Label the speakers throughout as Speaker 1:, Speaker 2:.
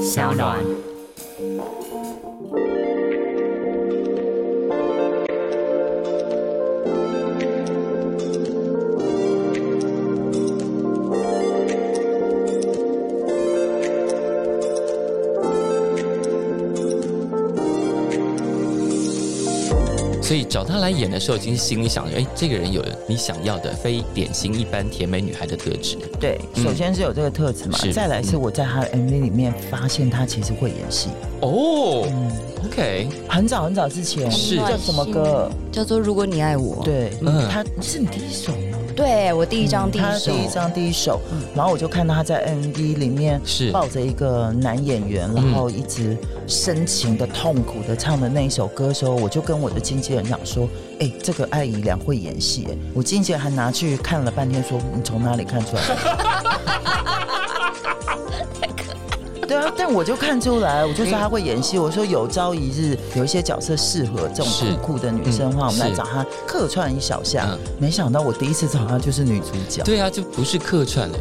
Speaker 1: 小暖。
Speaker 2: 所以找她来演的时候，其实心里想着，哎，这个人有你想要的非典型一般甜美女孩的特质。
Speaker 3: 对，首先是有这个特质嘛，
Speaker 2: 嗯是嗯
Speaker 3: 再来是我在他的 MV 里面发现他其实会演戏，
Speaker 2: 哦、o k
Speaker 3: 很早很早之前
Speaker 2: 是
Speaker 3: 叫什么歌？
Speaker 1: 叫做《如果你爱我》。
Speaker 3: 对，
Speaker 2: 嗯
Speaker 3: 他是你第一首吗？
Speaker 1: 对，我第一张第
Speaker 3: 嗯他
Speaker 1: 一
Speaker 3: 第
Speaker 1: 首。
Speaker 3: 一张第一首，然后我就看到他在 MV 里面
Speaker 2: 是
Speaker 3: 抱着一个男演员，
Speaker 1: 嗯
Speaker 3: 然后一直深情的、痛苦的唱的那一首歌的时候，我就跟我的经纪人讲说：“哎、这个艾怡良会演戏。”哎，我经纪人还拿去看了半天，说：“你从哪里看出来的？” 对啊，但我就看出来，我就说她会演戏。我说有朝一日有一些角色适合这种
Speaker 2: 是
Speaker 3: 酷酷的女生的话，
Speaker 2: 嗯
Speaker 3: 我们来
Speaker 2: 是
Speaker 3: 找她客串一小下
Speaker 2: 嗯。
Speaker 3: 没想到我第一次找她就是女主角。
Speaker 2: 对啊，就不是客串了。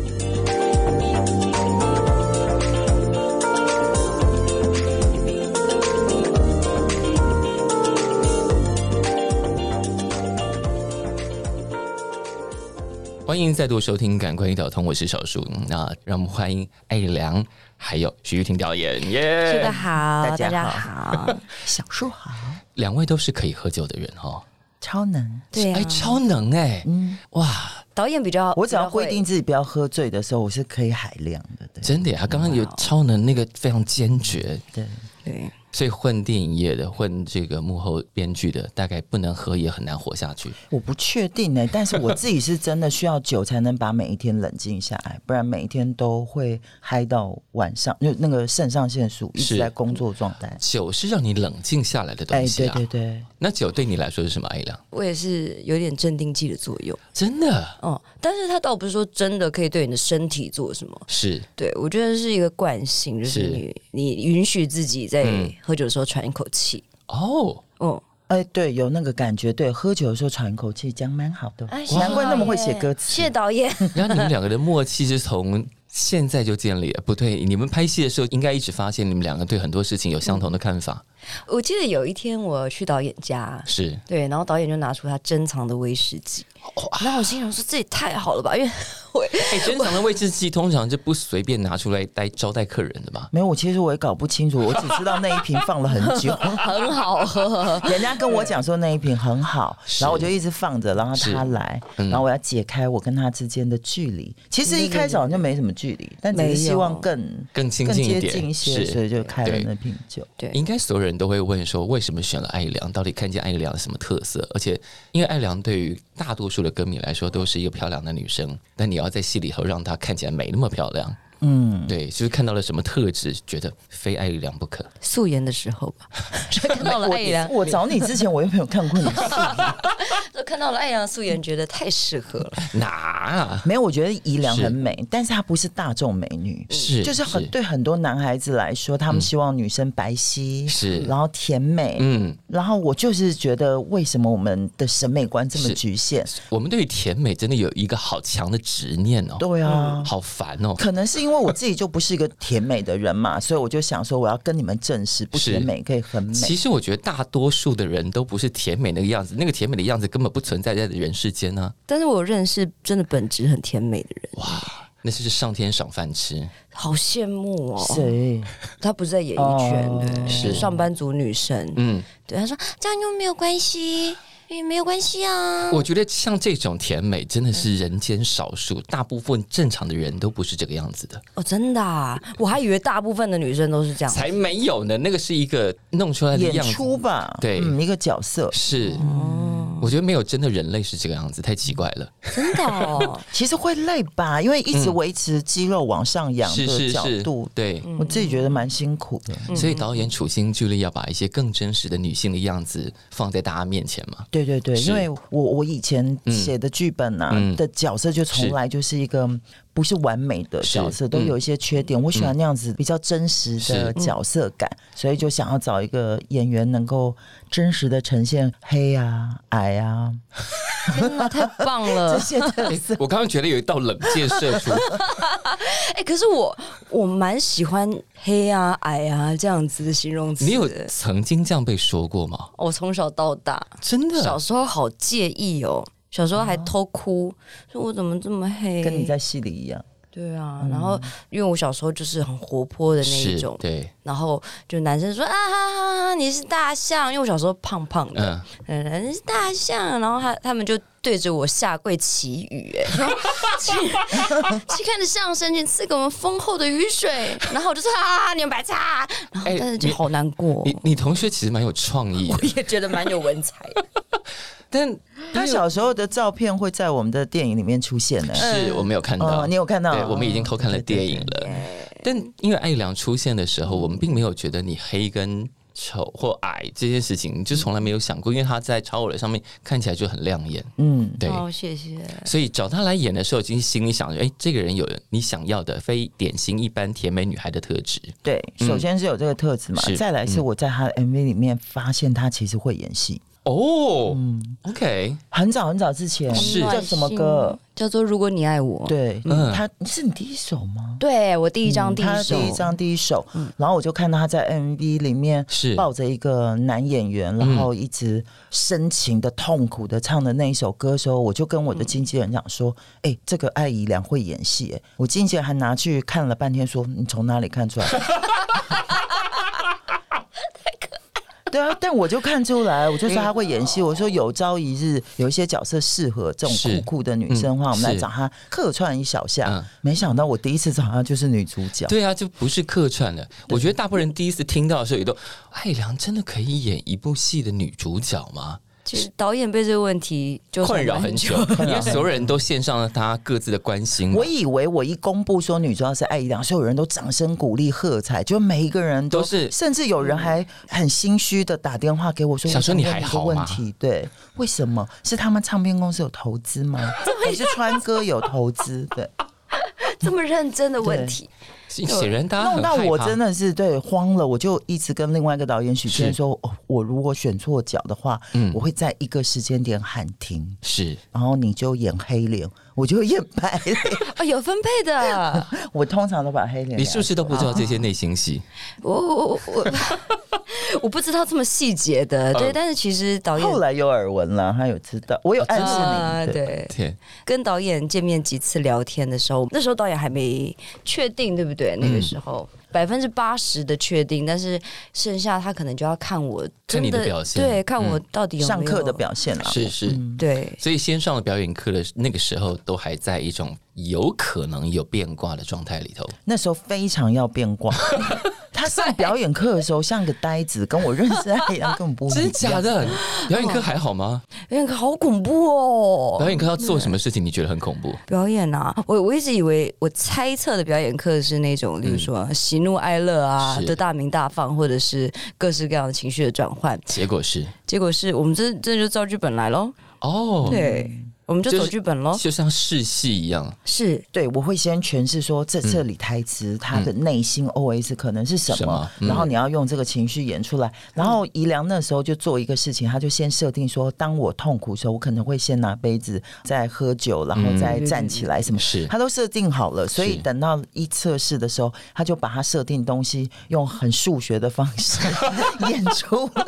Speaker 2: 欢迎再度收听《感官一条通》，我是小树。嗯那让我们欢迎艾良，还有徐玉婷导演，耶、
Speaker 1: 是的，好，
Speaker 3: 大
Speaker 1: 大
Speaker 3: 家
Speaker 1: 家
Speaker 3: 好
Speaker 1: 好。
Speaker 3: 小树好，
Speaker 2: 两位都是可以喝酒的人哦。
Speaker 3: 超能。
Speaker 1: 对啊
Speaker 2: 哎，超能哎、哇，
Speaker 1: 导演比较，
Speaker 3: 我只要
Speaker 1: 比较会
Speaker 3: 规定自己不要喝醉的时候，我是可以海量的。对
Speaker 2: 真的耶，他刚刚有超能那个非常坚决，
Speaker 3: 对，
Speaker 1: 对，
Speaker 2: 所以混电影业的、混这个幕后编剧的，大概不能喝也很难活下去。
Speaker 3: 我不确定呢、但是我自己是真的需要酒才能把每一天冷静下来，不然每一天都会嗨到晚上，就那个肾上腺素一直
Speaker 2: 是
Speaker 3: 在工作状态。
Speaker 2: 酒是让你冷静下来的东西
Speaker 3: 对
Speaker 2: 啊。
Speaker 3: 哎对对，
Speaker 2: 那酒对你来说是什么？艾良，
Speaker 1: 我也是有点镇定剂的作用。
Speaker 2: 真的
Speaker 1: 哦、但是它倒不是说真的可以对你的身体做什么。
Speaker 2: 是
Speaker 1: 对，我觉得是一个惯性，就是
Speaker 2: 是
Speaker 1: 你你允许自己在
Speaker 2: 嗯
Speaker 1: 喝酒的时候喘一口气。
Speaker 2: 哦，
Speaker 1: 哦、
Speaker 3: 哎，对，有那个感觉，对，喝酒的时候喘一口气，这样蛮好的。
Speaker 1: 哎，
Speaker 3: 难怪那么会写歌词。
Speaker 1: 谢谢导演。
Speaker 2: 然后你们两个的默契是从现在就建立了。不对，你们拍戏的时候应该一直发现你们两个对很多事情有相同的看法。
Speaker 1: 我记得有一天我去导演家，
Speaker 2: 是
Speaker 1: 对，然后导演就拿出他珍藏的威士忌，然后我心想说这也太好了吧，因为 我
Speaker 2: 哎，珍藏的威士忌通常是不随便拿出来待招待客人的吧？
Speaker 3: 没有，我其实我也搞不清楚，我只知道那一瓶放了很 久。
Speaker 1: 很好喝，
Speaker 3: 人家跟我讲说那一瓶很好，
Speaker 2: 是
Speaker 3: 然后我就一直放着，然后
Speaker 2: 是
Speaker 3: 他来，
Speaker 2: 嗯
Speaker 3: 然后我要解开我跟他之间的距离。其实一开始好像没什么距离，但只是希望更
Speaker 2: 更亲
Speaker 3: 更
Speaker 2: 近一
Speaker 3: 接
Speaker 2: 点，
Speaker 3: 近一些，所以就开了那瓶酒。
Speaker 1: 对
Speaker 2: 应该所有人都会问说，为什么选了艾怡良？到底看见艾怡良有什么特色？而且，因为艾怡良对于大多数的歌迷来说都是一个漂亮的女生，但你要在戏里头让她看起来没那么漂亮，
Speaker 3: 嗯，
Speaker 2: 对，就是看到了什么特质，觉得非艾怡良不 可。
Speaker 1: 素颜的时候 吧，就看到了艾
Speaker 3: 我
Speaker 1: 阳，
Speaker 2: 嗯
Speaker 3: 我找你之前我又没有 看过你，
Speaker 1: 就看到了艾阳素颜，觉得太适合了，
Speaker 2: 哪、啊？
Speaker 3: 没有，我觉得宜良
Speaker 2: 是
Speaker 3: 很美，但是她不是大众美女。
Speaker 2: 是嗯
Speaker 3: 就是很对很多男孩子来说，他们希望女生白皙，
Speaker 2: 是
Speaker 3: 然后甜美，
Speaker 2: 嗯，
Speaker 3: 然后我就是觉得为什么我们的审美观这么
Speaker 2: 是嗯
Speaker 3: 局限？
Speaker 2: 我们对于甜美真的有一个好强的执念哦，
Speaker 3: 对啊，
Speaker 2: 好烦哦。
Speaker 3: 可能是因为我自己就不是一个甜美的 人嘛，所以我就想说，我要跟你们证实，不
Speaker 2: 是
Speaker 3: 甜美可以很
Speaker 2: 其
Speaker 3: 美。
Speaker 2: 实我觉得大多数的人都不是甜美那个样子，那个甜美的样子根本不存在在人世间啊呢、
Speaker 1: 但是我认识真的本质很甜美的人，
Speaker 2: 那就是上天赏饭吃。
Speaker 1: 好羡慕哦。
Speaker 3: 谁？
Speaker 1: 她不是在演艺圈，
Speaker 3: 哦
Speaker 1: 对，
Speaker 2: 是
Speaker 1: 上班族女生，
Speaker 2: 嗯，
Speaker 1: 对，她说这样又没有关系，也没有关系啊。
Speaker 2: 我觉得像这种甜美真的是人间少数，大部分正常的人都不是这个样子的，
Speaker 1: 哦，真的、啊，我还以为大部分的女生都是这样。
Speaker 2: 才没有呢。那个是一个弄出来的
Speaker 3: 啊演
Speaker 2: 样子，
Speaker 3: 出哦吧，
Speaker 2: 对
Speaker 3: 嗯，一个角色。
Speaker 2: 是。我觉得没有真的人类是这个样子，太奇怪了。
Speaker 1: 真的哦，
Speaker 3: 其实会累吧，因为一直维持肌肉往上扬
Speaker 2: 嗯是
Speaker 3: 的
Speaker 2: 是
Speaker 3: 角
Speaker 2: 是
Speaker 3: 度，，嗯
Speaker 2: 对。
Speaker 3: 我自己觉得蛮辛苦的。
Speaker 2: 所以导演处心积虑要把一些更真实的女性的样子放在大家面前 嘛。
Speaker 3: 对对对，
Speaker 2: 是
Speaker 3: 因为我我以前写的剧本啊、
Speaker 2: 嗯
Speaker 3: 的角色就从来就是一个不是完美的角色，
Speaker 2: 是嗯
Speaker 3: 都有一些缺点。我喜欢那样子比较真实的
Speaker 2: 是嗯
Speaker 3: 角色感，所以就想要找一个演员能够真实的呈现黑啊、矮啊、
Speaker 1: 天哪，太棒
Speaker 3: 这
Speaker 1: 了！
Speaker 3: 些
Speaker 2: 哦
Speaker 3: 特色
Speaker 2: 我刚刚觉得有一道冷箭射出，
Speaker 1: 哎、可是我我蛮喜欢黑啊、矮啊这样子的形容词。
Speaker 2: 你有曾经这样被说过吗？
Speaker 1: 我从小到大，
Speaker 2: 真
Speaker 1: 小
Speaker 2: 的，
Speaker 1: 时候好介意哦，小时候还偷
Speaker 2: 哦
Speaker 1: 哭，说我怎么这么黑？
Speaker 3: 跟你在戏里一样，
Speaker 1: 对啊，然后因为我小时候就是很活泼的那
Speaker 2: 嗯
Speaker 1: 一
Speaker 2: 是
Speaker 1: 种，
Speaker 2: 对，
Speaker 1: 然后就男生说啊哈哈哈，你是大象，因为我小时候胖胖的，
Speaker 2: 嗯，
Speaker 1: 嗯，你是大象，然后他他们就对着我下跪祈雨、 哎，说去去看着上神，请赐给我们丰厚的雨水，然后我就说啊，你们白擦，然后
Speaker 2: 哎
Speaker 1: 但是就
Speaker 2: 你
Speaker 1: 好难过，
Speaker 2: 你你同学其实蛮有创意的，
Speaker 1: 也觉得蛮有文采的，
Speaker 2: 但
Speaker 3: 他小时候的照片会在我们的电影里面出现呢。
Speaker 2: 是我没有看
Speaker 3: 哦
Speaker 2: 到，
Speaker 3: 你有看到
Speaker 2: 对，我们已经偷看了
Speaker 3: 哦对对
Speaker 2: 电影了。但因为艾怡良出现的时候，我们并没有觉得你黑跟丑或矮这件事情，就从来没有想过，因为他在超偶的上面看起来就很亮眼。
Speaker 3: 嗯，
Speaker 2: 对，
Speaker 1: 哦，谢谢，
Speaker 2: 所以找他来演的时候，已经心里想着，哎、这个人有你想要的非典型一般甜美女孩的特质。
Speaker 3: 对，首先是有这个特质嘛，
Speaker 2: 嗯是
Speaker 3: 再来是
Speaker 2: 嗯
Speaker 3: 我在他的 MV 里面发现他其实会演戏，
Speaker 2: 哦、o k
Speaker 3: 很早很早之前
Speaker 2: 是
Speaker 3: 叫什么歌？？
Speaker 1: 叫做《如果你爱我》，
Speaker 3: 对，
Speaker 2: 嗯
Speaker 3: 他是你第一首吗？嗯
Speaker 1: 对我第一张第
Speaker 3: 他
Speaker 1: 一首，嗯
Speaker 3: 第一张第一首，然后我就看到他在 MV 里面
Speaker 2: 是嗯
Speaker 3: 抱着一个男演员，然后一直深情的、痛苦的唱的那一首歌的时候，我就跟我的经纪人讲 说：“哎、这个艾怡良会演戏。”哎，我经纪人还拿去看了半天，说：“你从哪里看出来？” 对啊，但我就看出来，我就说他会演戏。我说有朝一日有一些角色适合这
Speaker 2: 嗯
Speaker 3: 种
Speaker 2: 是
Speaker 3: 酷酷的女生的话，
Speaker 2: 嗯
Speaker 3: 我们来
Speaker 2: 是
Speaker 3: 找她客串一小下。
Speaker 2: 嗯
Speaker 3: 没想到我第一次找她就是女主角。
Speaker 2: 对啊，就不是客串了。我觉得大部分人第一次听到的时候，也都艾怡良真的可以演一部戏的女主角吗？
Speaker 1: 其实导演被这个问题纠缠
Speaker 2: 困扰
Speaker 1: 蛮
Speaker 2: 很久，
Speaker 3: 很久
Speaker 2: 因为所有人都献上了他各自的关心嘛。
Speaker 3: 我以为我一公布说女主角是艾怡良，所有人都掌声鼓励喝彩，就每一个人都
Speaker 2: 都是嗯
Speaker 3: 甚至有人还很心虚的打电话给我说：“
Speaker 2: 想说
Speaker 3: 我
Speaker 2: 你
Speaker 3: 问
Speaker 2: 还
Speaker 3: 个
Speaker 2: 好
Speaker 3: 问
Speaker 2: 吗
Speaker 3: 题对，为什么是他们唱片公司有投资吗？
Speaker 2: 啊
Speaker 3: 还是川哥有 投资？对，
Speaker 1: 这么认真的问题，
Speaker 2: 显然大家
Speaker 3: 弄
Speaker 2: 哎很
Speaker 3: 到
Speaker 2: 害
Speaker 3: 我
Speaker 2: 怕
Speaker 3: 真的是对慌了，我就一直跟另外一个导演许
Speaker 2: 是
Speaker 3: 健说：哦，我如果选错角的话，
Speaker 2: 嗯
Speaker 3: 我会在一个时间点喊停，
Speaker 2: 是
Speaker 3: 然后你就演黑脸，我就演白脸。
Speaker 1: 哦，有分配的。
Speaker 3: 我通常都把黑脸，
Speaker 2: 你是不是都不知道这些内心戏？
Speaker 1: 我我我我我不知道这么细节的，对，
Speaker 2: 嗯
Speaker 1: 但是其实导演
Speaker 3: 后来有耳闻了，他有知道，我有暗
Speaker 1: 啊，
Speaker 3: 示你。对，
Speaker 1: 对，
Speaker 2: 天，
Speaker 1: 跟导演见面几次聊天的时候，那时候导演还没确定，对不
Speaker 3: 嗯
Speaker 1: 对？那个时候百分之八十的确定，但是剩下他可能就要看我
Speaker 2: 看
Speaker 1: 真
Speaker 2: 你的表现
Speaker 1: 对，看我到底有没有
Speaker 3: 嗯上课的表现啦，
Speaker 2: 是是。
Speaker 1: 对。
Speaker 2: 所以先上了表演课的那个时候，都还在一种有可能有变卦的状态里头。
Speaker 3: 那时候非常要变 卦。他上表演课的时候像个呆子，跟我认识的一样，根本不一样。
Speaker 2: 真假？的？表演课还好吗？
Speaker 1: 表演课哎好恐怖哦！
Speaker 2: 表演课要做什么事情？你觉得很恐怖？
Speaker 1: 表演啊，我我一直以为我猜测的表演课是那种，例如说喜怒哀乐啊
Speaker 2: 嗯是
Speaker 1: 的大鸣大放，或者是各式各样的情绪的转换。
Speaker 2: 结果是
Speaker 1: 结果是我们真真的就照剧本来喽，
Speaker 2: 哦，，
Speaker 1: 对，我们就
Speaker 2: 就是
Speaker 1: 走剧本
Speaker 3: 啊
Speaker 1: 喽。
Speaker 2: 就像试戏一样，
Speaker 1: 是
Speaker 3: 对，我会先诠释说这这里台词他的内心 OS 可能是什
Speaker 2: 什
Speaker 3: 么
Speaker 2: 么，嗯
Speaker 3: 然后你要用这个情绪演出
Speaker 1: 嗯
Speaker 3: 来。然后宜良那时候就做一个事情，他就先设定说，当我痛苦的时候，我可能会先拿杯子再喝酒，然后再站起来什么。
Speaker 2: 是
Speaker 3: 他都设定好了，所以
Speaker 2: 是
Speaker 3: 等到一测试的时候，他就把他设定东西用很数学的方式 演出来。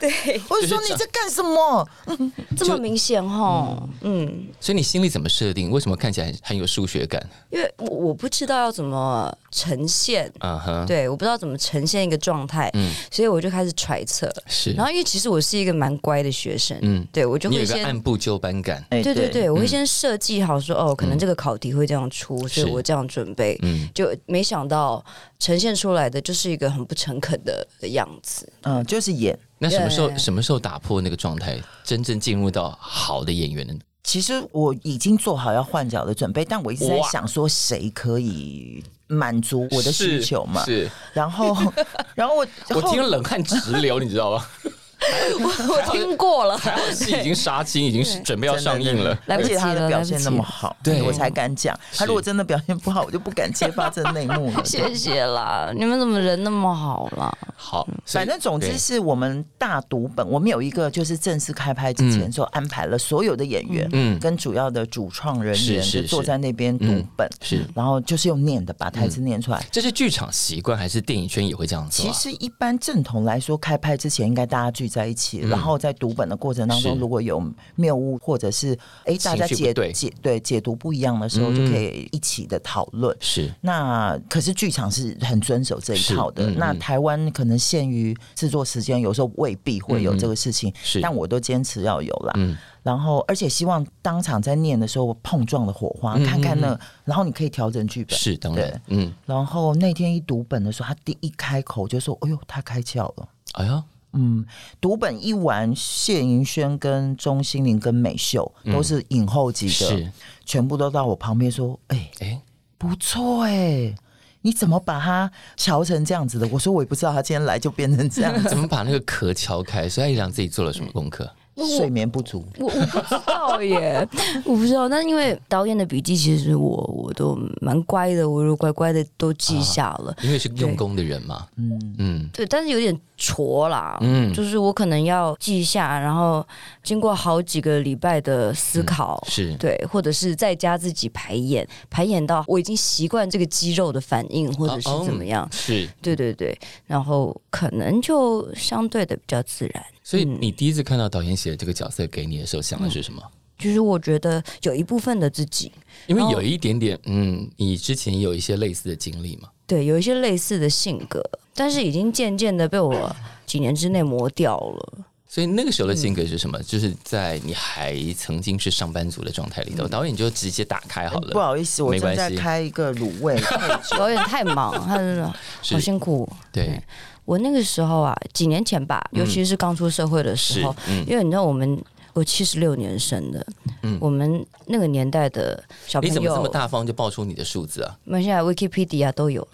Speaker 1: 对，
Speaker 3: 我
Speaker 2: 就
Speaker 3: 就说
Speaker 2: 是这
Speaker 3: 你
Speaker 2: 样
Speaker 3: 在干什么？
Speaker 1: 这么明显哈，嗯，
Speaker 2: 所以你心里怎么设定？为什么看起来很很有数学感？
Speaker 1: 因为我我不知道要怎么呈现，
Speaker 2: 啊哈，
Speaker 1: 对，我不知道怎么呈现一个状态，
Speaker 2: 嗯
Speaker 1: 所以我就开始揣测。
Speaker 2: 是。
Speaker 1: 然后因为其实我是一个蛮乖的学生，
Speaker 2: 嗯
Speaker 1: 对我就
Speaker 2: 你有
Speaker 1: 会
Speaker 2: 一个
Speaker 1: 先
Speaker 2: 按部就班感，
Speaker 3: 哎嗯
Speaker 1: 对对对，我会
Speaker 2: 嗯
Speaker 1: 先设计好说，哦，可能这个考题会这样出，所
Speaker 2: 是
Speaker 1: 以我这样准备。
Speaker 2: 嗯，
Speaker 1: 就没想到呈现出来的就是一个很不诚恳的的样子。
Speaker 3: 嗯，就是演。
Speaker 2: 那什么时候
Speaker 1: 对
Speaker 2: 什么时候打破那个状态，真正进入到好的演员呢？
Speaker 3: 其实我已经做好要换角的准备，但我一直在
Speaker 2: 哇
Speaker 3: 想说谁可以满足我的需求嘛。
Speaker 2: 是，
Speaker 3: 然后，然后我
Speaker 2: 我
Speaker 3: 后
Speaker 2: 听了冷汗直流，你知道吗？
Speaker 1: 我我听过了，
Speaker 2: 还好戏已经杀青，已经是准备要上映了。
Speaker 1: 来不
Speaker 3: 而
Speaker 1: 及
Speaker 3: 且
Speaker 1: 了
Speaker 3: 他的表现那么好，
Speaker 2: 对
Speaker 3: 我才敢讲。他如果真的表现不好，我就不敢揭发这内幕 了。
Speaker 1: 谢谢啦，你们怎么人那么好啦？
Speaker 2: 好，所以
Speaker 3: 反正总之
Speaker 2: 对
Speaker 3: 是我们大读本，我们有一个就是正式开拍之前
Speaker 2: 嗯
Speaker 3: 就安排了所有的演员，
Speaker 2: 嗯
Speaker 3: 跟主要的主创人
Speaker 2: 是
Speaker 3: 员
Speaker 2: 是
Speaker 3: 就是坐在那边读
Speaker 2: 嗯
Speaker 3: 本，
Speaker 2: 是嗯
Speaker 3: 然后就是用念的把台词念出来。
Speaker 2: 这是剧场习惯，还是电影圈也会这样做
Speaker 3: 其
Speaker 2: 啊？
Speaker 3: 实一般正统来说，开拍之前应该大家聚在一起，然后在读本的过程当中，
Speaker 2: 嗯是
Speaker 3: 如果有谬误或者是哎大家
Speaker 2: 情绪不
Speaker 3: 解
Speaker 2: 对嗯
Speaker 3: 解对解读不一样的时候，就可以一起的讨论。
Speaker 2: 是
Speaker 3: 那可是剧场是很遵守这一套的。
Speaker 2: 是嗯嗯
Speaker 3: 那台湾可能限于制作时间，有时候未必会有这个事情，
Speaker 2: 嗯是
Speaker 3: 但我都坚持要有啦。
Speaker 2: 嗯
Speaker 3: 然后，而且希望当场在念的时候碰撞的火花，
Speaker 2: 嗯嗯
Speaker 3: 看看那，然后你可以调整剧本。
Speaker 2: 是当然
Speaker 3: 对，
Speaker 2: 嗯，
Speaker 3: 然后那天一读本的时候，他第一开口就说：“哎呦，他开窍了。”
Speaker 2: 哎呀，
Speaker 3: 嗯，读本一完，谢盈萱跟钟欣凌跟美秀都是影后级的，
Speaker 2: 嗯是
Speaker 3: 全部都到我旁边说：“哎、
Speaker 2: 哎，
Speaker 3: 不错哎、你怎么把它瞧成这样子的？”我说：“我也不知道，他今天来就变成这样
Speaker 2: 怎么把那个壳敲开？所以艾良自己做了什么功课？
Speaker 3: 睡眠不足。
Speaker 1: 我我不知 道耶，我不知道。但因为导演的笔记，其实我我都蛮乖的，我就乖乖的都
Speaker 3: 啊
Speaker 1: 记下了。
Speaker 2: 因为是用功的人嘛，嗯嗯
Speaker 1: 对，但是有点挫啦，
Speaker 2: 嗯
Speaker 1: 就是我可能要记下，然后经过好几个礼拜的思考，
Speaker 2: 嗯是
Speaker 1: 对，或者是在家自己排演，排演到我已经习惯这个肌肉的反应，或者是怎么样。嗯
Speaker 2: 哦是。
Speaker 1: 对对对，然后可能就相对的比较自然。
Speaker 2: 所以你第一次看到导演写这个角色给你的时候，想的是什么？
Speaker 1: 就是我觉得有一部分的自己，
Speaker 2: 因为有一点点，嗯，你之前有一些类似的经历嘛，
Speaker 1: 对，有一些类似的性格，但是已经渐渐的被我几年之内磨掉了。
Speaker 2: 所以那个时候的性格是
Speaker 1: 嗯
Speaker 2: 什么？就是在你还曾经是上班族的状态里头，
Speaker 1: 嗯
Speaker 2: 导演就直接打开好了。
Speaker 1: 哎
Speaker 3: 不好意思，我
Speaker 2: 没关
Speaker 3: 正
Speaker 2: 系
Speaker 3: 在开一个卤味，
Speaker 1: 有点太忙，他真的好
Speaker 2: 是，
Speaker 1: 辛苦。哦
Speaker 2: 对，
Speaker 1: 我那个时候啊，几年前吧，尤其是刚出社会的
Speaker 2: 嗯
Speaker 1: 时
Speaker 2: 是
Speaker 1: 候，，
Speaker 2: 嗯，
Speaker 1: 因为你知道我们我七十六年生的，
Speaker 2: 嗯
Speaker 1: 我们那个年代的小
Speaker 2: 你哎
Speaker 1: 朋
Speaker 2: 怎么这么
Speaker 1: 友，
Speaker 2: 大方就报出你的数字啊？
Speaker 1: 我们现在 Wikipedia 都有，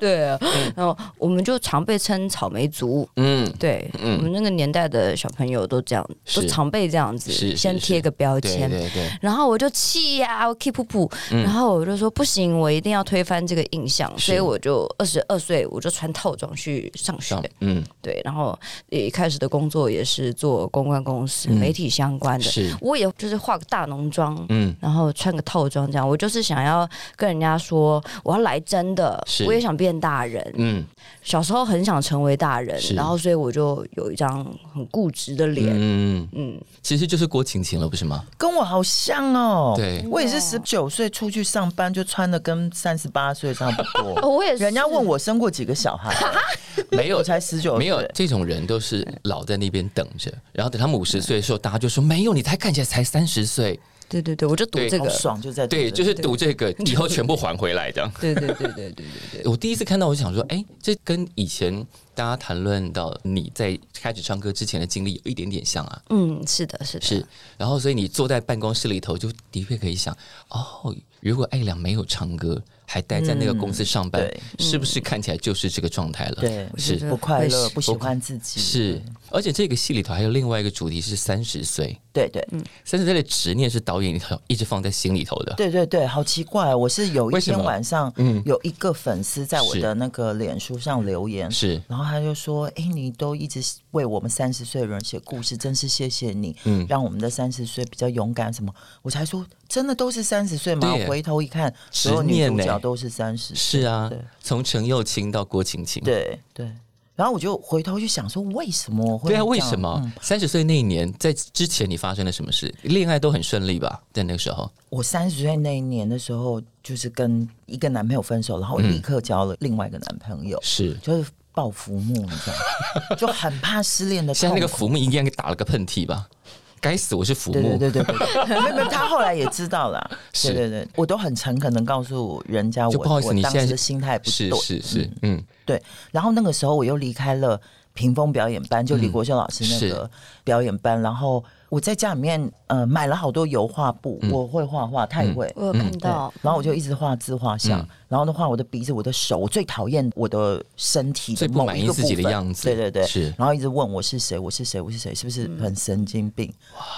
Speaker 1: 对，啊然后我们就常被称草莓族。
Speaker 2: 嗯，
Speaker 1: 对、我们那个年代的小朋友都这样，都
Speaker 2: 是
Speaker 1: 常被这样子，
Speaker 2: 是是
Speaker 1: 先贴个标
Speaker 2: 对
Speaker 1: 签，
Speaker 2: 对对，
Speaker 1: 然后我就气呀、我气噗噗，然后我就说不行，我一定要推翻这个印象，
Speaker 2: 是
Speaker 1: 所以我就二十二岁我就穿套装去上学
Speaker 2: 上，，嗯，
Speaker 1: 对，然后一开始的工作也是做公关公司、媒体相关的，
Speaker 2: 嗯是，
Speaker 1: 我也就是化个大浓妆。
Speaker 2: 嗯，
Speaker 1: 然后穿个套装这样，我就是想要跟人家说我要来真的
Speaker 2: 是，
Speaker 1: 我也想变大人。
Speaker 2: 嗯，
Speaker 1: 小时候很想成为大人
Speaker 2: 是，
Speaker 1: 然后所以我就有一张很固执的脸，
Speaker 2: 嗯，
Speaker 1: 嗯，
Speaker 2: 其实就是郭晴晴了，不是吗？
Speaker 3: 跟我好像哦。
Speaker 2: 对
Speaker 3: 我也是十九岁出去上班，就穿的跟三十八岁差不
Speaker 1: 哦，
Speaker 3: 多。
Speaker 1: 我也是
Speaker 3: 人家问我生过几个小孩，
Speaker 2: 没有
Speaker 3: 我，才十九，
Speaker 2: 没有，这种人都是
Speaker 1: 嗯
Speaker 2: 老在那边等着，然后等他们五十岁的时候，大家就说没有，你才看起来才三十岁。
Speaker 1: 对对对，我就读
Speaker 2: 对
Speaker 1: 这
Speaker 3: 好
Speaker 1: 个，
Speaker 3: 爽就在
Speaker 2: 对，就是赌这个，以后全部还回来的。
Speaker 1: 对对对对对对对。
Speaker 2: 我第一次看到，我就想说，哎，这跟以前大家谈论到你在开始唱歌之前的经历有一点点像啊。
Speaker 1: 嗯，是的，是的，
Speaker 2: 是，然后所以你坐在办公室里头，就的确可以想，哦，如果艾良没有唱歌，还待在那个
Speaker 1: 嗯
Speaker 2: 公司上班，
Speaker 3: 对
Speaker 2: 是不是看起来就是这个状态了？
Speaker 3: 对
Speaker 1: 我
Speaker 2: 是
Speaker 1: 觉得
Speaker 3: 不快乐，
Speaker 1: 会
Speaker 3: 不喜欢自己，
Speaker 2: 是，而且这个戏里头还有另外一个主题是三十岁，
Speaker 3: 对对
Speaker 2: 三十岁的执念是导演一头一直放在心里头的。
Speaker 3: 对对对，好奇怪！我是有
Speaker 2: 为
Speaker 3: 一
Speaker 2: 什么嗯
Speaker 3: 天晚上，有一个粉丝在我
Speaker 2: 是
Speaker 3: 的那个脸书上留言，
Speaker 2: 是
Speaker 3: 然后他就说：“哎，你都一直为我们三十岁的人写故事，真是谢谢你，
Speaker 2: 嗯
Speaker 3: 让我们的三十岁比较勇敢。”什么？我才说，真的都是三十岁吗
Speaker 2: 对？
Speaker 3: 回头一看，所有
Speaker 2: 执念
Speaker 3: 女主角
Speaker 2: 呢
Speaker 3: 都是三十，
Speaker 2: 是啊
Speaker 3: 对，
Speaker 2: 从陈又青到郭晴晴，
Speaker 3: 对对。然后我就回头去想说，为什么会
Speaker 2: 对啊，
Speaker 3: 这
Speaker 2: 为
Speaker 3: 样
Speaker 2: 什么
Speaker 3: 嗯
Speaker 2: 三十岁那一年，在之前你发生了什么事？恋爱都很顺利吧？在那个时候，
Speaker 3: 我三十岁那一年的时候，就是跟一个男朋友分手，然后我立刻交了另外一个男朋友，
Speaker 2: 嗯是
Speaker 3: 就是报浮木，你知道吗？就很怕失恋的
Speaker 2: 现
Speaker 3: 痛
Speaker 2: 在
Speaker 3: 苦。
Speaker 2: 那个浮木应该给打了个喷嚏吧？该死，我是浮
Speaker 3: 对对
Speaker 2: 木，
Speaker 3: 对对 对对，没有没有，他后来也知道了。
Speaker 2: 是
Speaker 3: 对对对，我都很诚恳的告诉人家我，
Speaker 2: 就不好意思
Speaker 3: 我
Speaker 2: 你
Speaker 3: 当
Speaker 2: 现在
Speaker 3: 时
Speaker 2: 是
Speaker 3: 的心态不
Speaker 2: 是
Speaker 3: 对。
Speaker 2: 是是，嗯，
Speaker 3: 对，然后那个时候我又离开了屏风表演班，
Speaker 2: 嗯
Speaker 3: 就李国修老师那个表演班，然后我在家里面呃买了好多油画布，
Speaker 2: 嗯
Speaker 3: 我会画画，他也会。
Speaker 1: 我有看
Speaker 3: 对
Speaker 1: 到，
Speaker 3: 然后我就一直画自画像，
Speaker 2: 嗯
Speaker 3: 然后的话，我的鼻子、我的手，我最讨厌我的身体的
Speaker 2: 最不
Speaker 3: 某
Speaker 2: 满
Speaker 3: 一
Speaker 2: 意
Speaker 3: 个
Speaker 2: 自己
Speaker 3: 部
Speaker 2: 的
Speaker 3: 分
Speaker 2: 样子
Speaker 3: 对对对，
Speaker 2: 是
Speaker 3: 然后一直问我是谁，我是谁，我是谁，是不是很神经病？
Speaker 2: 嗯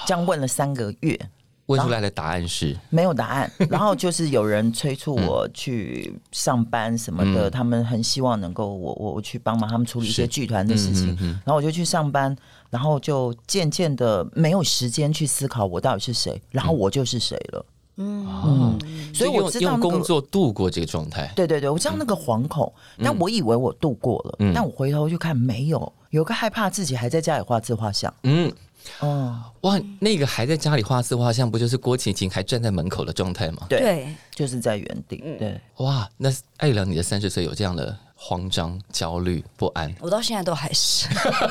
Speaker 3: 这样问了三个月，
Speaker 2: 问出来的答案是
Speaker 3: 没有答 案。然后就是有人催促我去上班什么的，他们很希望能够我我我去帮忙他们处理一
Speaker 2: 嗯
Speaker 3: 些
Speaker 2: 是
Speaker 3: 剧团的事
Speaker 2: 嗯
Speaker 3: 情。
Speaker 2: 嗯嗯
Speaker 3: 然后我就去上班，然后就渐渐的没有时间去思考我到底是谁，然后我就是谁了。
Speaker 2: 嗯
Speaker 3: 嗯
Speaker 2: 哦，
Speaker 3: 所以我
Speaker 2: 用
Speaker 3: 知道、那
Speaker 2: 用
Speaker 3: 个、
Speaker 2: 工作度过这个状态。
Speaker 3: 对对对，我知道那个惶恐，
Speaker 2: 嗯
Speaker 3: 但我以为我度过了，但我回头去看没有，有个害怕自己还在家里画自画像。
Speaker 2: 嗯，
Speaker 3: 哦，
Speaker 2: 哇，那个还在家里画自画像，不就是郭麒麟还站在门口的状态吗？
Speaker 3: 对
Speaker 1: 对，
Speaker 3: 就是在原地。
Speaker 1: 嗯
Speaker 3: 对，
Speaker 2: 哇，那艾良，你的三十岁有这样的慌张、焦虑、不安，
Speaker 1: 我到现在都还是。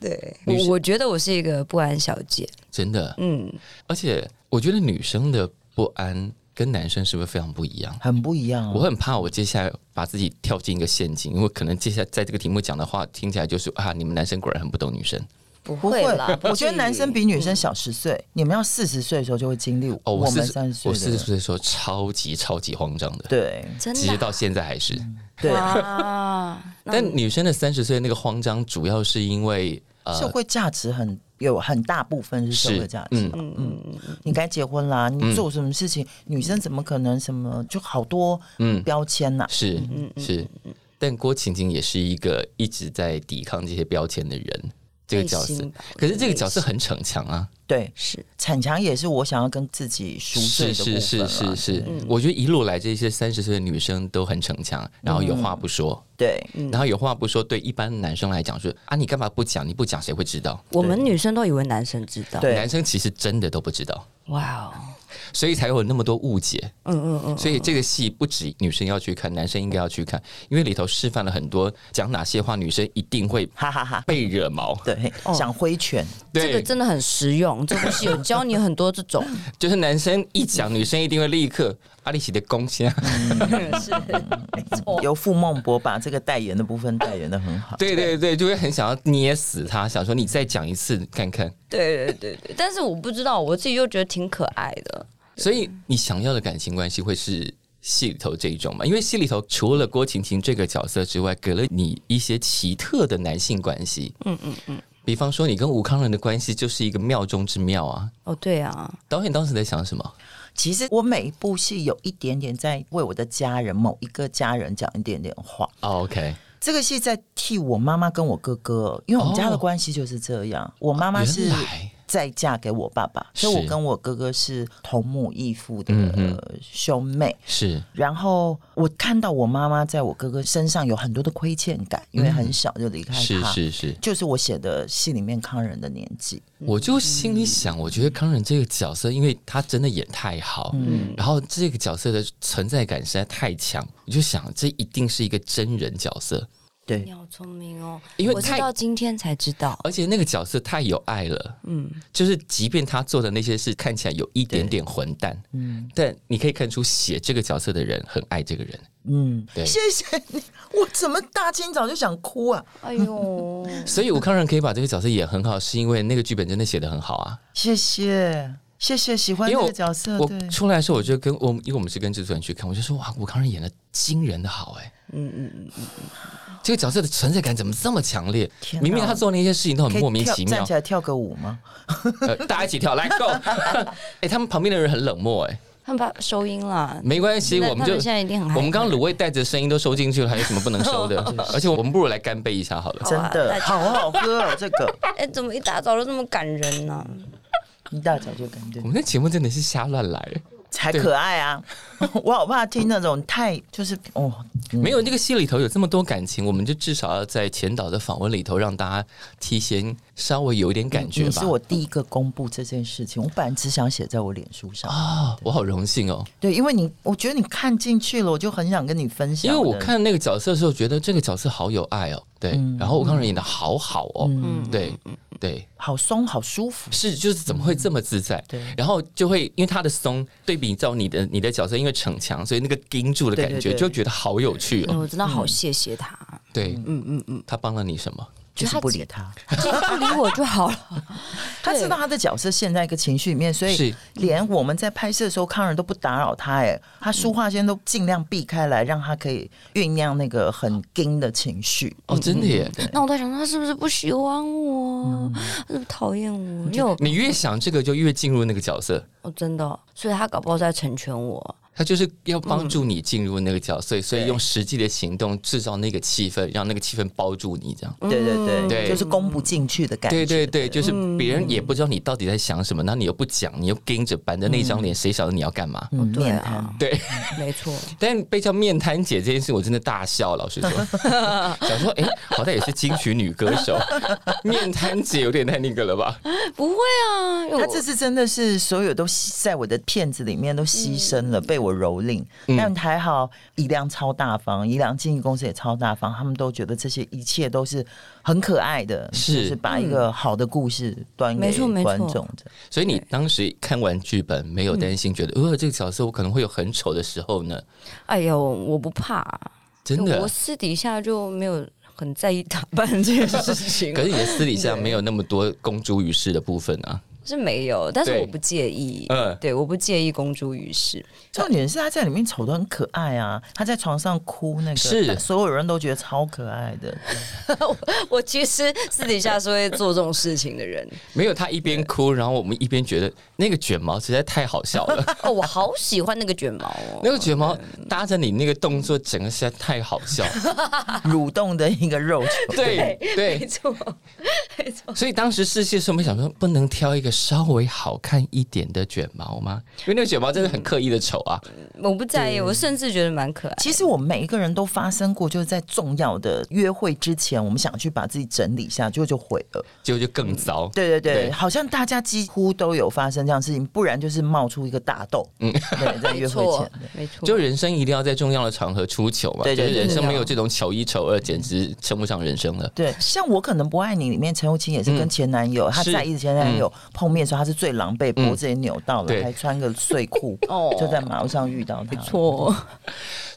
Speaker 1: 对，
Speaker 2: 女
Speaker 1: 我
Speaker 2: 生
Speaker 1: 我觉得我是一个不安小姐。
Speaker 2: 真的。
Speaker 1: 嗯，
Speaker 2: 而且我觉得女生的不安跟男生是不是非常不一样？
Speaker 3: 很不一样
Speaker 2: 我
Speaker 3: 哦。
Speaker 2: 很怕我接下来把自己跳进一个陷阱，因为可能接下来在这个题目讲的话听起来就是啊，你们男生果然很不懂女生。
Speaker 1: 不
Speaker 3: 不
Speaker 1: 会啦，不
Speaker 3: 我觉得
Speaker 1: 至于
Speaker 3: 男生比女生小十岁。你们要四十岁的时候就会经历
Speaker 2: 哦，
Speaker 3: 我们
Speaker 2: 40
Speaker 3: 三十岁
Speaker 2: 我
Speaker 3: 的
Speaker 2: 四十岁的时候超级超级慌张的，
Speaker 3: 对
Speaker 1: 真
Speaker 2: 其实
Speaker 1: 的
Speaker 2: 到现在还是。
Speaker 3: 对，
Speaker 1: 啊， 那
Speaker 2: 但女生的三十岁那个慌张，主要是因为
Speaker 3: 社
Speaker 2: 呃，
Speaker 3: 会价值很有很大部分是社会价值。
Speaker 2: 嗯
Speaker 3: 嗯嗯，你该结婚啦，你做什么事情，女生怎么可能什么就好多
Speaker 2: 嗯
Speaker 3: 标签呐？
Speaker 2: 是是，但郭晴晴也是一个一直在抵抗这些标签的人，这个角
Speaker 1: 内
Speaker 2: 色
Speaker 1: 心吧。
Speaker 2: 可是这个角色很逞强啊，
Speaker 3: 对，
Speaker 1: 是
Speaker 3: 逞强也是我想要跟自己赎罪
Speaker 2: 是是
Speaker 3: 的
Speaker 2: 是
Speaker 3: 部分啊嗯啦
Speaker 2: 是是，我觉得一路来这些三十岁的女生都很逞强，啊然后有话不说，
Speaker 3: 对。
Speaker 1: 嗯
Speaker 2: 然后有话不说，对一般男生来讲是啊，你干嘛不讲？你不讲谁会知道？
Speaker 1: 我们女生都以为男生知道。
Speaker 3: 对
Speaker 2: 男生其实真的都不知道，
Speaker 1: 哇哦，
Speaker 2: 所以才有那么多误解。
Speaker 1: 嗯嗯嗯，
Speaker 2: 所以这个戏不止女生要去看，男生应该要去看，因为里头示范了很多讲哪些话女生一定会
Speaker 3: 哈哈哈。
Speaker 2: 被惹毛。
Speaker 3: 对，想挥拳，
Speaker 1: 这个
Speaker 2: 对，
Speaker 1: 真的很 实用，这部戏有教你很多这种。
Speaker 2: 就是男生一讲，女生一定会立刻阿里奇的攻心 啊。
Speaker 1: 是，没错。
Speaker 3: 由傅孟博把这个代言的部分代言的很好。
Speaker 2: 对对对，就会很想要捏死他，想说你再讲一次看看。
Speaker 1: 对对对对，但是我不知道，我自己又觉得挺可爱的。
Speaker 2: 所以你想要的感情关系会是戏里头这一种嘛？因为戏里头除了郭晴晴这个角色之外，给了你一些奇特的男性关系。嗯嗯嗯。比方说，你跟吴康仁的关系就是一个妙中之妙啊！
Speaker 1: 哦，对啊，
Speaker 2: 导演当时在想什么？
Speaker 3: 其实我每一部戏有一点点在为我的家人某一个家人讲一点点话。
Speaker 2: 哦、o k
Speaker 3: 这个戏在替我妈妈跟我哥哥，因为我们家的
Speaker 2: 哦
Speaker 3: 关系就是这样。我妈妈
Speaker 2: 原
Speaker 3: 是
Speaker 2: 来
Speaker 3: 再嫁给我爸爸，所以
Speaker 2: 是
Speaker 3: 我跟我哥哥是同母异父的
Speaker 2: 嗯哼
Speaker 3: 呃兄妹。
Speaker 2: 是
Speaker 3: 然后我看到我妈妈在我哥哥身上有很多的亏欠感，因为很小就离开他，
Speaker 2: 是是是，
Speaker 3: 就是我写的戏里面康仁的年纪。
Speaker 2: 我就心里想，我觉得康仁这个角色，因为他真的演太好，然后这个角色的存在感实在太强，我就想这一定是一个真人角色，
Speaker 3: 对
Speaker 1: 你，好聪明哦，
Speaker 2: 因为
Speaker 1: 我是
Speaker 2: 太
Speaker 1: 到今天才知道。
Speaker 2: 而且那个角色太有爱了，嗯，就是即便他做的那些事看起来有一点点混蛋，嗯，但你可以看出写这个角色的人很爱这个人，
Speaker 3: 嗯，
Speaker 2: 对
Speaker 3: 谢谢你，我怎么大清早就想哭啊？
Speaker 2: 呃
Speaker 1: 哎呦，
Speaker 2: 所以吴康仁可以把这个角色演很好，是因为那个剧本真的写的很好啊。
Speaker 3: 谢谢，谢谢喜欢
Speaker 2: 因
Speaker 3: 这
Speaker 2: 为
Speaker 3: 个角色，
Speaker 2: 我
Speaker 3: 对，
Speaker 2: 出来的时候，我就跟我因为我们是跟制作人去看，我就说哇，吴康仁演的惊人的好哎、嗯嗯嗯嗯，这个角色的存在感怎么这么强烈？
Speaker 3: 天哪
Speaker 2: 明明他做那些事情都很
Speaker 3: 可以
Speaker 2: 莫名其
Speaker 3: 跳站
Speaker 2: 妙
Speaker 3: 起，来跳个舞吗？
Speaker 2: 呃，大家一起跳来 go，哎、他们旁边的人很冷漠哎、
Speaker 1: 他们把收音啦，
Speaker 2: 没关系，
Speaker 1: 那
Speaker 2: 我们
Speaker 1: 他
Speaker 2: 就
Speaker 1: 们现在一定很嗨
Speaker 2: 我们刚刚卤味带着声音都收进去了，还有什么不能收的？而且我们不如来干杯一下好啊了。
Speaker 3: 真的
Speaker 1: 大家
Speaker 3: 好好喝哦，这个
Speaker 1: 哎，怎么一大早就这么感人呢、
Speaker 3: 一大早就感觉
Speaker 2: 我们的节目真的是瞎乱来，
Speaker 3: 才可爱啊！ 我好怕听那种太就是哦，
Speaker 2: 没有这个戏里头有这么多感情，我们就至少要在前导的访问里头让大家提前稍微有一点感觉
Speaker 3: 你
Speaker 2: 吧
Speaker 3: 嗯是。我第一个公布这件事情，我本来只想写在我脸书上，
Speaker 2: 啊、我好荣幸哦，
Speaker 3: 对，因为你我觉得你看进去了，我就很想跟你分享
Speaker 2: 因
Speaker 3: 的。
Speaker 2: 为我看那个角色的时候，觉得这个角色好有爱哦，对，
Speaker 3: 嗯
Speaker 2: 然后吴康仁演的好好哦，对对，
Speaker 3: 好松，好舒服，
Speaker 2: 是就是怎么会这么自在？
Speaker 3: 对
Speaker 2: 然后就会因为他的松对比照你的你的角色，因为逞强，所以那个盯住的感
Speaker 3: 对
Speaker 2: 觉
Speaker 3: 对对
Speaker 1: 嗯
Speaker 2: 就觉得好有趣哦。
Speaker 1: 嗯我真的好谢谢他，
Speaker 2: 对，嗯嗯嗯，他帮了你什么？
Speaker 3: 就是不理他。
Speaker 1: 不理我就好了。
Speaker 3: 他知道他的角色陷在一个情绪里面，所以
Speaker 2: 是
Speaker 3: 连我们在拍摄的时候，康仁都不打扰他、哎，他
Speaker 2: 嗯
Speaker 3: 书画间都尽量避开来，让他可以酝酿那个很惊的情绪。
Speaker 2: 哦，真的
Speaker 3: 嗯
Speaker 2: 耶！
Speaker 1: 那我在想，他是不是不喜欢我？
Speaker 2: 嗯
Speaker 1: 他是不是讨厌我？因为我
Speaker 2: 你越想这个，就越进入那个角色。
Speaker 1: 我真的，所以他搞不好是在成全我。
Speaker 2: 他就是要
Speaker 3: 嗯
Speaker 2: 帮助你进入那个角色，所以用实际的行动制造那个气氛，让那个气氛包住你，这样。
Speaker 3: 对对对，
Speaker 2: 对
Speaker 3: 就是攻不进去的感觉。
Speaker 2: 嗯对对对，就是别人也不知道你到底在想什么，那你又不讲，你又盯着板着那张脸，谁晓得你要干嘛？
Speaker 3: 嗯，
Speaker 1: 对
Speaker 3: 面瘫
Speaker 1: 啊，
Speaker 2: 对，
Speaker 1: 没 错，
Speaker 2: 但被叫面瘫姐这件事，我真的大笑。老实说，想说，哎、好歹也是金曲女歌手， 面瘫姐有点太那个了吧？
Speaker 1: 不会啊，因为
Speaker 3: 他
Speaker 1: 我
Speaker 3: 这次真的是所有都牺在我的片子里面都
Speaker 1: 嗯
Speaker 3: 牺牲了，被我蹂躏。
Speaker 2: 嗯
Speaker 3: 但还好，宜良超大方，宜良经纪公司也超大方，他们都觉得这些一切都是很可爱的，
Speaker 2: 是
Speaker 3: 就是把一个好的故事端
Speaker 1: 嗯没
Speaker 3: 给
Speaker 1: 错没错
Speaker 3: 观众的。
Speaker 2: 所以你当时看完剧本，没有担心觉得，呃，这个角色我可能会有很丑的时候呢？
Speaker 1: 哎呦，我不怕啊、
Speaker 2: 真
Speaker 1: 我
Speaker 2: 的。
Speaker 1: 私底下就没有很在意打扮这件事情，
Speaker 2: 可是你的私底下没有那么多公诸于世的部分啊，
Speaker 1: 是没有，但是
Speaker 2: 对
Speaker 1: 我不介意，
Speaker 2: 嗯
Speaker 1: 对，我不介意公诸于世，
Speaker 3: 重点是他在里面丑的很可爱啊，他在床上哭那个，
Speaker 2: 是
Speaker 3: 所有人都觉得超可爱的。
Speaker 1: 我其实私底下是会做这种事情的人。
Speaker 2: 没有他一边哭，然后我们一边觉得那个卷毛实在太好笑了。
Speaker 1: 哦，我好喜欢那个卷毛哦，
Speaker 2: 那 个卷毛搭着你那个动作，整个实在太好笑。
Speaker 3: 蠕动的一个肉球，
Speaker 2: 对
Speaker 1: 没
Speaker 2: 对，
Speaker 1: 错，没错。
Speaker 2: 所以当时试戏的时候，我们想说，不能挑一个稍微好看一点的卷毛吗？因为那个卷毛真的很刻意的丑啊。
Speaker 1: 我不在意，我甚至觉得蛮可爱。
Speaker 3: 其实我们每一个人都发生过，就是在重要的约会之前，我们想去把自己整理一下，结果就毁了。
Speaker 2: 结果就更糟。
Speaker 3: 对对对，
Speaker 2: 对
Speaker 3: 好像大家几乎都有发生这样的事情，不然就是冒出一个大痘。嗯，对，在约
Speaker 1: 没
Speaker 3: 会
Speaker 1: 错
Speaker 3: 前，，
Speaker 1: 没错，
Speaker 2: 就人生一定要在重要的场合出糗嘛，
Speaker 3: 对对
Speaker 2: 就是人
Speaker 1: 对
Speaker 2: 生
Speaker 1: 对
Speaker 2: 没有这种糗一糗二，简直称不上人生了。
Speaker 3: 对，像我可能不爱你里面，陈又青也
Speaker 2: 嗯
Speaker 3: 是跟前男友，她
Speaker 2: 是
Speaker 3: 在意的前男友碰面的时候，她是最狼狈，脖子也扭到了，
Speaker 2: 嗯对
Speaker 3: 还穿个睡裤
Speaker 1: 哦，
Speaker 3: 就在马路上遇到他。
Speaker 1: 没，错，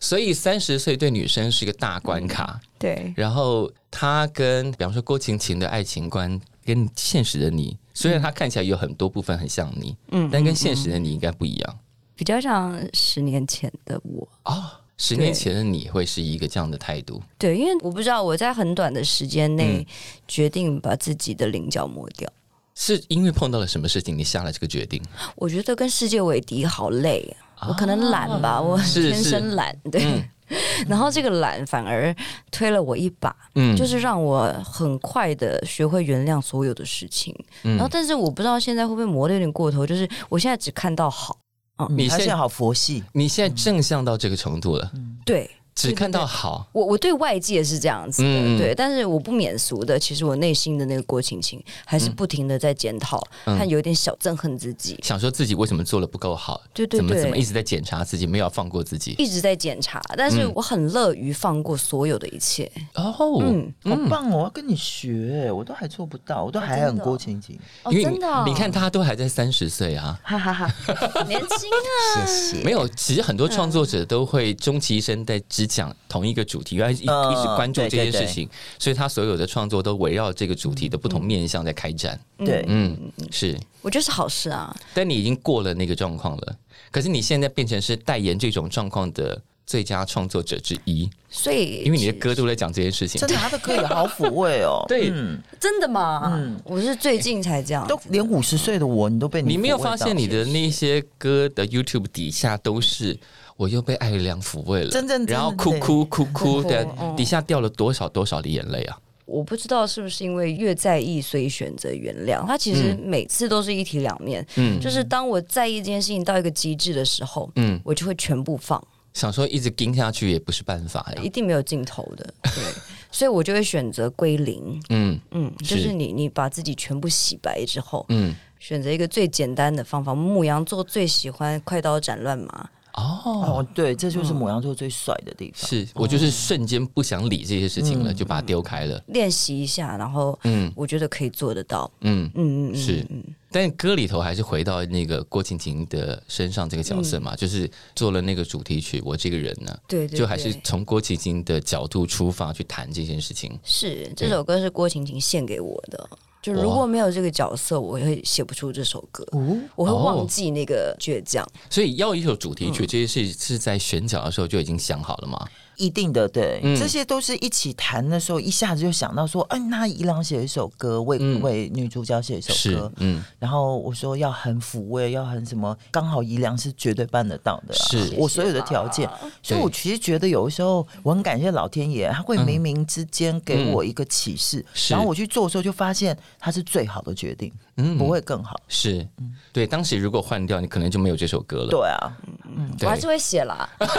Speaker 2: 所以三十岁对女生是一个大关卡。
Speaker 1: 对，
Speaker 2: 然后她跟比方说郭晴晴的爱情观，跟现实的你，虽然她看起来有很多部分很像你，嗯，但跟现实的你应该不一样
Speaker 1: 比较像十年前的我。
Speaker 2: 哦。十年
Speaker 1: 对
Speaker 2: 前的你会是一个这样的态度，
Speaker 1: 对，因为我不知道我在很短的时间
Speaker 2: 嗯
Speaker 1: 内决定把自己的棱角磨掉。
Speaker 2: 是因为碰到了什么事情，你下了这个决定？
Speaker 1: 我觉得跟世界为敌好累啊！我可能懒吧，我
Speaker 2: 是嗯
Speaker 1: 天生懒，对。 然后这个懒反而推了我一把，
Speaker 2: 嗯，
Speaker 1: 就是让我很快的学会原谅所有的事情。
Speaker 2: 嗯
Speaker 1: 然后，但是我不知道现在会不会磨的有点过头，就是我现在只看到好，
Speaker 2: 你现
Speaker 3: 她现在
Speaker 2: 在
Speaker 3: 好佛系，
Speaker 2: 你现在正向到这个程度了，
Speaker 1: 对。
Speaker 2: 只看到好，
Speaker 1: 我我对外界是这样子的，
Speaker 2: 嗯嗯
Speaker 1: 对，但是我不免俗的，其实我内心的那个郭晴晴还是不停的在检讨，
Speaker 2: 嗯
Speaker 1: 她有点小憎恨自己，
Speaker 2: 想说自己为什么做的不够好，
Speaker 1: 对对
Speaker 2: 怎么
Speaker 1: 对
Speaker 2: 怎么一直在检查自己，没有放过自己。
Speaker 1: 一直在检查，但
Speaker 2: 嗯
Speaker 1: 是我很乐于放过所有的一切，
Speaker 2: 哦，
Speaker 1: 嗯，
Speaker 3: 好棒哦！我要跟你学，我都还做不到，我都还很郭晶晶。
Speaker 1: 哦，
Speaker 2: 因为
Speaker 1: 真的哦、
Speaker 2: 你看大家都还在三十岁啊，
Speaker 3: 哈哈哈，
Speaker 1: 年轻 啊，
Speaker 3: 谢谢。
Speaker 2: 没有，其实很多创作者都会终其一生在只讲同一个主题，而一、
Speaker 3: 嗯
Speaker 1: 哦
Speaker 2: 一直关注这
Speaker 3: 对
Speaker 2: 件
Speaker 3: 对对
Speaker 2: 事情，所以他所有的创作都围绕这个主题的不
Speaker 1: 嗯
Speaker 2: 同面向在开展。
Speaker 3: 对，
Speaker 2: 嗯，是，
Speaker 1: 我觉得是好事啊，
Speaker 2: 但你已经过了那个状况了，可是你现在变成是代言这种状况的最佳创作者之一，
Speaker 1: 所以
Speaker 2: 因为你的歌都在讲这件事情
Speaker 3: 真。的，他的歌也好抚慰哦。
Speaker 2: 对
Speaker 3: 嗯
Speaker 1: 真的吗？我是最近才这样子，
Speaker 3: 都连五十岁的我，你都被
Speaker 2: 你没有
Speaker 3: 抚慰
Speaker 2: 发
Speaker 3: 到
Speaker 2: 现你的那些歌的 YouTube 底下都是我又被爱良抚慰了，
Speaker 3: 真正真
Speaker 2: 然后
Speaker 3: 的
Speaker 2: 哭
Speaker 3: 对
Speaker 2: 哭哭哭
Speaker 1: 哭
Speaker 2: 的，
Speaker 1: 嗯
Speaker 2: 底下掉了多少多少的眼泪啊！
Speaker 1: 我不知道是不是因为越在意，所以选择原谅。它其实每次都是一体两面，
Speaker 2: 嗯
Speaker 1: 就是当我在意这件事情到一个极致的时候，
Speaker 2: 嗯
Speaker 1: 我就会全部放，
Speaker 2: 想说一直盯下去也不是办法呀
Speaker 1: 一。定没有尽头的，对，所以我就会选择归零。
Speaker 2: 嗯
Speaker 1: 嗯，就是是你你把自己全部洗白之后，
Speaker 2: 嗯，
Speaker 1: 选择一个最简单的方法。牧羊座最喜欢快刀斩乱麻，
Speaker 2: 哦，
Speaker 3: 哦，对，这就是母羊座最帅的地方。
Speaker 2: 是我就是瞬间不想理这些事情了，
Speaker 3: 嗯
Speaker 2: 就把它丢开了。
Speaker 1: 练习一下，然后
Speaker 2: 嗯
Speaker 1: 我觉得可以做得到。
Speaker 2: 嗯，
Speaker 1: 嗯嗯嗯，
Speaker 2: 是
Speaker 1: 嗯，
Speaker 2: 但歌里头还是回到那个郭晴晴的身上这个角色嘛，就是做了那个主题曲《我这个人》呢，
Speaker 1: 嗯对对对，
Speaker 2: 就还是从郭晴晴的角度出发去谈这件事情。
Speaker 1: 是
Speaker 2: 嗯
Speaker 1: 这首歌是郭晴晴献给我的。就如果没有这个角色，我会写不出这首歌，
Speaker 2: 哦
Speaker 1: 我会忘记那个倔强。
Speaker 2: 所以要一首主题
Speaker 1: 嗯
Speaker 2: 曲，这些事是在选角的时候就已经想好了嘛？
Speaker 3: 一定的，对，
Speaker 2: 嗯
Speaker 3: 这些都是一起谈的时候，一下子就想到说，嗯、那伊朗写一首歌，为、
Speaker 2: 嗯
Speaker 3: 为女主角写一首
Speaker 2: 是
Speaker 3: 歌，，
Speaker 2: 嗯，
Speaker 3: 然后我说要很抚慰，要很什么，刚好宜良是绝对办得到的、啊，
Speaker 2: 是
Speaker 3: 我所有的条件，所以我其实觉得有的时候我很感谢老天爷，他会冥冥之间给我一个启示，
Speaker 2: 嗯是
Speaker 3: 然后我去做的时候就发现他是最好的决定，
Speaker 2: 嗯
Speaker 3: 不会更好，
Speaker 2: 是
Speaker 1: 嗯
Speaker 2: 对。当时如果换掉，你可能就没有这首歌了。
Speaker 3: 对啊，
Speaker 1: 嗯我
Speaker 2: 对
Speaker 1: 还是会写啦， 但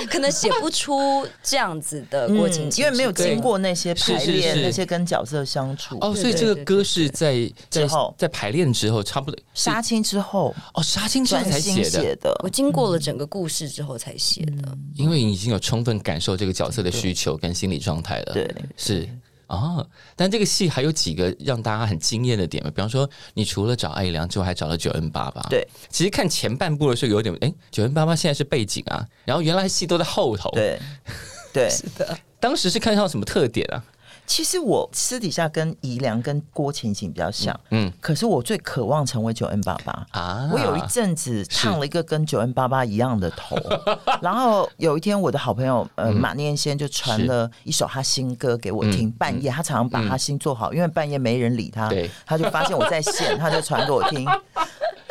Speaker 1: 是可能写不出这样子的郭
Speaker 3: 嗯
Speaker 1: 晴晴，
Speaker 3: 因为没有经过那些
Speaker 2: 是
Speaker 3: 排
Speaker 2: 是
Speaker 3: 练，
Speaker 2: 是
Speaker 3: 那些跟角色相处，
Speaker 2: 哦，
Speaker 1: 对
Speaker 2: 所以这个
Speaker 1: 对
Speaker 2: 歌
Speaker 1: 对
Speaker 2: 是在在
Speaker 3: 之后
Speaker 2: 在排练之后，差不多是
Speaker 3: 杀青之后
Speaker 2: 哦杀青之后
Speaker 3: 专
Speaker 2: 才
Speaker 3: 心
Speaker 2: 写的，
Speaker 3: 写的，
Speaker 1: 我经过了整个故事之后才写的。
Speaker 3: 嗯
Speaker 2: 因为你已经有充分感受这个角色的需求跟心理状态了。
Speaker 3: 对，
Speaker 2: 是哦。但这个戏还有几个让大家很惊艳的点嘛？比方说，你除了找艾怡良之外，还找了九 N 八八。
Speaker 3: 对，
Speaker 2: 其实看前半部的时候有点，哎，九 N 八八现在是背景啊，然后原来戏都在后头。，
Speaker 3: 对。 对，
Speaker 2: 当时是看上什么特点啊？
Speaker 3: 其实我私底下跟宜良跟郭晴晴比较像，
Speaker 2: 嗯
Speaker 3: 可是我最渴望成为九 N 爸爸。
Speaker 2: 啊，
Speaker 3: 我有一阵子烫了一个跟九 N 八八一样的 头，然后有一天我的好朋友
Speaker 2: 嗯
Speaker 3: 呃、马念先就传了一首他新歌给我听，半夜他常常把他新做好，因为半夜没人理他
Speaker 2: 嗯对，
Speaker 3: 他就发现我在线，他就传给我听。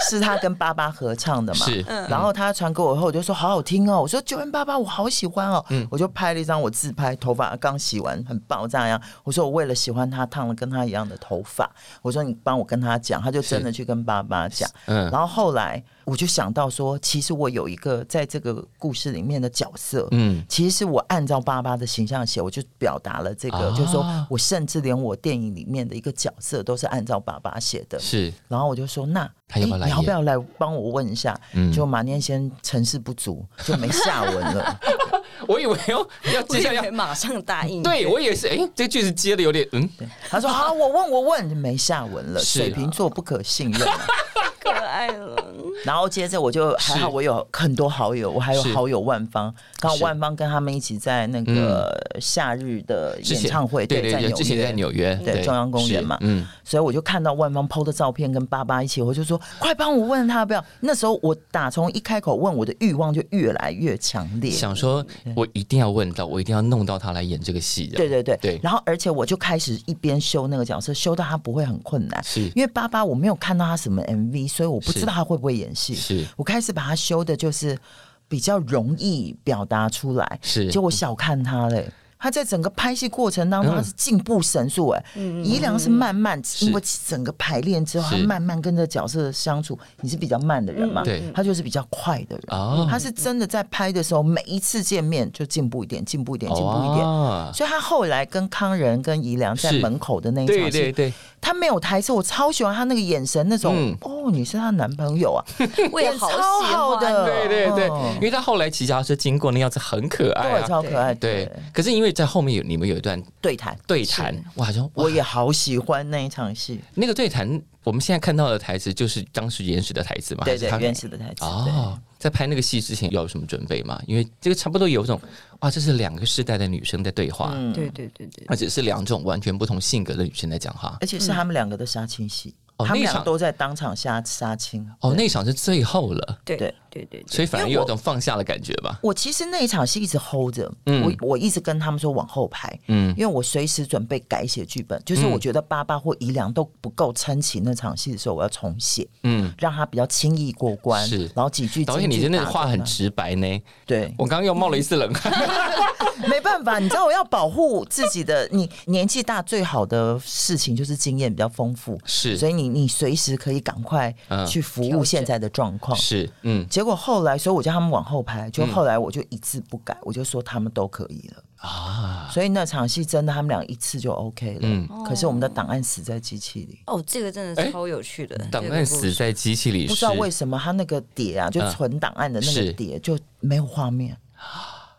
Speaker 3: 是他跟爸爸合唱的嘛？
Speaker 2: 是
Speaker 3: 然后他传给我后，我就说好好听哦。我说九 N 爸爸，我好喜欢哦。
Speaker 2: 嗯
Speaker 3: 我就拍了一张我自拍，头发刚洗完，很爆炸样。我说我为了喜欢他，烫了跟他一样的头发。我说你帮我跟他讲，他就真的去跟爸爸讲。
Speaker 2: 嗯
Speaker 3: 然后后来我就想到说，其实我有一个在这个故事里面的角色，
Speaker 2: 嗯
Speaker 3: 其实是我按照爸爸的形象写，我就表达了这个，
Speaker 2: 啊
Speaker 3: 就是说我甚至连我电影里面的一个角色都是按照爸爸写的。
Speaker 2: 是
Speaker 3: 然后我就说，那
Speaker 2: 他要不要
Speaker 3: 诶
Speaker 2: 来
Speaker 3: 你要不
Speaker 2: 演
Speaker 3: 要来帮我问一下？
Speaker 2: 嗯
Speaker 3: 就马念先成事不足，就没下文 了。
Speaker 2: 我以为要要
Speaker 1: 我
Speaker 2: 接
Speaker 1: 以
Speaker 2: 下来
Speaker 1: 为
Speaker 2: 要。
Speaker 1: 马上 答应，
Speaker 2: 对，我也是。哎、这句子接的有点嗯，
Speaker 3: 他说啊好，我问我问，没下文了。
Speaker 2: 是啊
Speaker 3: 水瓶座不可信任啊、
Speaker 1: 可爱 了。
Speaker 3: 然后接着我就还好，我有很多好友，我还有
Speaker 2: 是
Speaker 3: 好友万芳，刚好
Speaker 2: 是嗯
Speaker 3: 万芳跟他们一起在那个夏日的
Speaker 2: 之
Speaker 3: 演
Speaker 2: 前
Speaker 3: 唱会，
Speaker 2: 对
Speaker 3: 在
Speaker 2: 对，
Speaker 3: 纽约，
Speaker 2: 之前在纽约，
Speaker 3: 对中央公园
Speaker 2: 是
Speaker 3: 嘛
Speaker 2: 嗯，
Speaker 3: 所以我就看到万芳 PO 的照片跟爸爸一起，我就说快帮我问他要不要。那时候我打从一开口问，我的欲望就越来越强烈。
Speaker 2: 想说我一定要问到，我一定要弄到他来演这个戏的。
Speaker 3: 对嗯对对，
Speaker 2: 对
Speaker 3: 然后而且我就开始一边修那个角色，修到他不会很困难，
Speaker 2: 是
Speaker 3: 因为爸爸我没有看到他什么 MV，所以我不
Speaker 2: 是
Speaker 3: 知道他会不会演戏。
Speaker 2: 是
Speaker 3: 我开始把他修的就是比较容易表达出来，
Speaker 2: 是
Speaker 3: 结果小看他嘞。他在整个拍戏过程当中，
Speaker 2: 嗯
Speaker 3: 他是进步神速哎、宜良是慢慢，因为整个排练之后，
Speaker 2: 是
Speaker 3: 他慢慢跟着角色相处。你是比较慢的人嘛？
Speaker 2: 嗯嗯
Speaker 3: 他就是比较快的人。
Speaker 2: 哦
Speaker 3: 他是真的在拍的时候，每一次见面就进步一点，进步一点，进步一点。
Speaker 2: 哦
Speaker 3: 所以他后来跟康仁、跟宜良在
Speaker 2: 是
Speaker 3: 门口的那一场
Speaker 2: 对
Speaker 3: 戏，
Speaker 2: 对对，
Speaker 3: 他没有台词，我超喜欢他那个眼神，那种、
Speaker 2: 嗯
Speaker 3: 哦，你是她男朋友啊，
Speaker 1: 我也好喜
Speaker 3: 超好
Speaker 1: 欢
Speaker 3: 的，
Speaker 1: 哦
Speaker 2: 对对对
Speaker 3: 嗯，
Speaker 2: 因为他后来骑脚踏车经过那样子很可爱
Speaker 3: 对，
Speaker 2: 啊。
Speaker 3: 超可爱，
Speaker 2: 对
Speaker 3: 对，
Speaker 2: 可是因为在后面有你们有一段
Speaker 3: 对谈，
Speaker 2: 对谈，我好像
Speaker 3: 我也好喜欢那一场戏，
Speaker 2: 那个对谈，我们现在看到的台词就是当时原始的台词嘛，
Speaker 3: 对
Speaker 2: 还是
Speaker 3: 对
Speaker 2: 他，
Speaker 3: 原始的台词，对。
Speaker 2: 哦。在拍那个戏之前要有什么准备吗？因为这个差不多有一种哇，这是两个世代的女生在对话，
Speaker 3: 嗯
Speaker 1: 对对 对对，
Speaker 2: 而且是两种完全不同性格的女生在讲话。
Speaker 3: 而且是他们两个的杀青戏，
Speaker 2: 哦
Speaker 3: 他们
Speaker 2: 那
Speaker 3: 两
Speaker 2: 场
Speaker 3: 个都在当场杀杀青。
Speaker 2: 哦，
Speaker 3: 对
Speaker 2: 那场是最后了，
Speaker 1: 对
Speaker 3: 对
Speaker 1: 对对对，
Speaker 2: 所以反而
Speaker 3: 因为我
Speaker 2: 有一种放下的感觉吧。
Speaker 3: 我其实那一场戏一直 hold 着，
Speaker 2: 嗯
Speaker 3: 我我一直跟他们说往后排，
Speaker 2: 嗯
Speaker 3: 因为我随时准备改写剧本，就是
Speaker 2: 嗯
Speaker 3: 我觉得爸爸或宜良都不够撑起那场戏的时候，我要重写，
Speaker 2: 嗯，
Speaker 3: 让他比较轻易过关，
Speaker 2: 是
Speaker 3: 然后几句
Speaker 2: 导演，
Speaker 3: 金
Speaker 2: 你
Speaker 3: 句
Speaker 2: 真的
Speaker 3: 打
Speaker 2: 话
Speaker 3: 中
Speaker 2: 很
Speaker 3: 啊
Speaker 2: 直白呢，
Speaker 3: 对，
Speaker 2: 我刚刚又冒了一丝冷 汗。
Speaker 3: 没办法，你知道我要保护自己的，你年纪大最好的事情就是经验比较丰富，
Speaker 2: 是
Speaker 3: 所以你你随时可以赶快
Speaker 2: 嗯
Speaker 3: 去服务现在的状况。
Speaker 2: 是，嗯，
Speaker 3: 结果后来，所以我叫他们往后排，就后来我就一字不改，我就说他们都可以了。
Speaker 2: 啊，
Speaker 3: 所以那场戏真的他们俩一次就 OK 了。
Speaker 2: 嗯
Speaker 3: 可是我们的档案死在机器里，
Speaker 1: 哦，这个真的
Speaker 2: 哎
Speaker 1: 超有趣的。
Speaker 2: 档
Speaker 1: 这个
Speaker 2: 案
Speaker 1: 故
Speaker 2: 死
Speaker 1: 事
Speaker 2: 在机器里
Speaker 3: 不
Speaker 2: 是
Speaker 3: 知道为什么他那个碟啊，就
Speaker 2: 嗯
Speaker 3: 存档案的那
Speaker 2: 是
Speaker 3: 个碟就没有画面，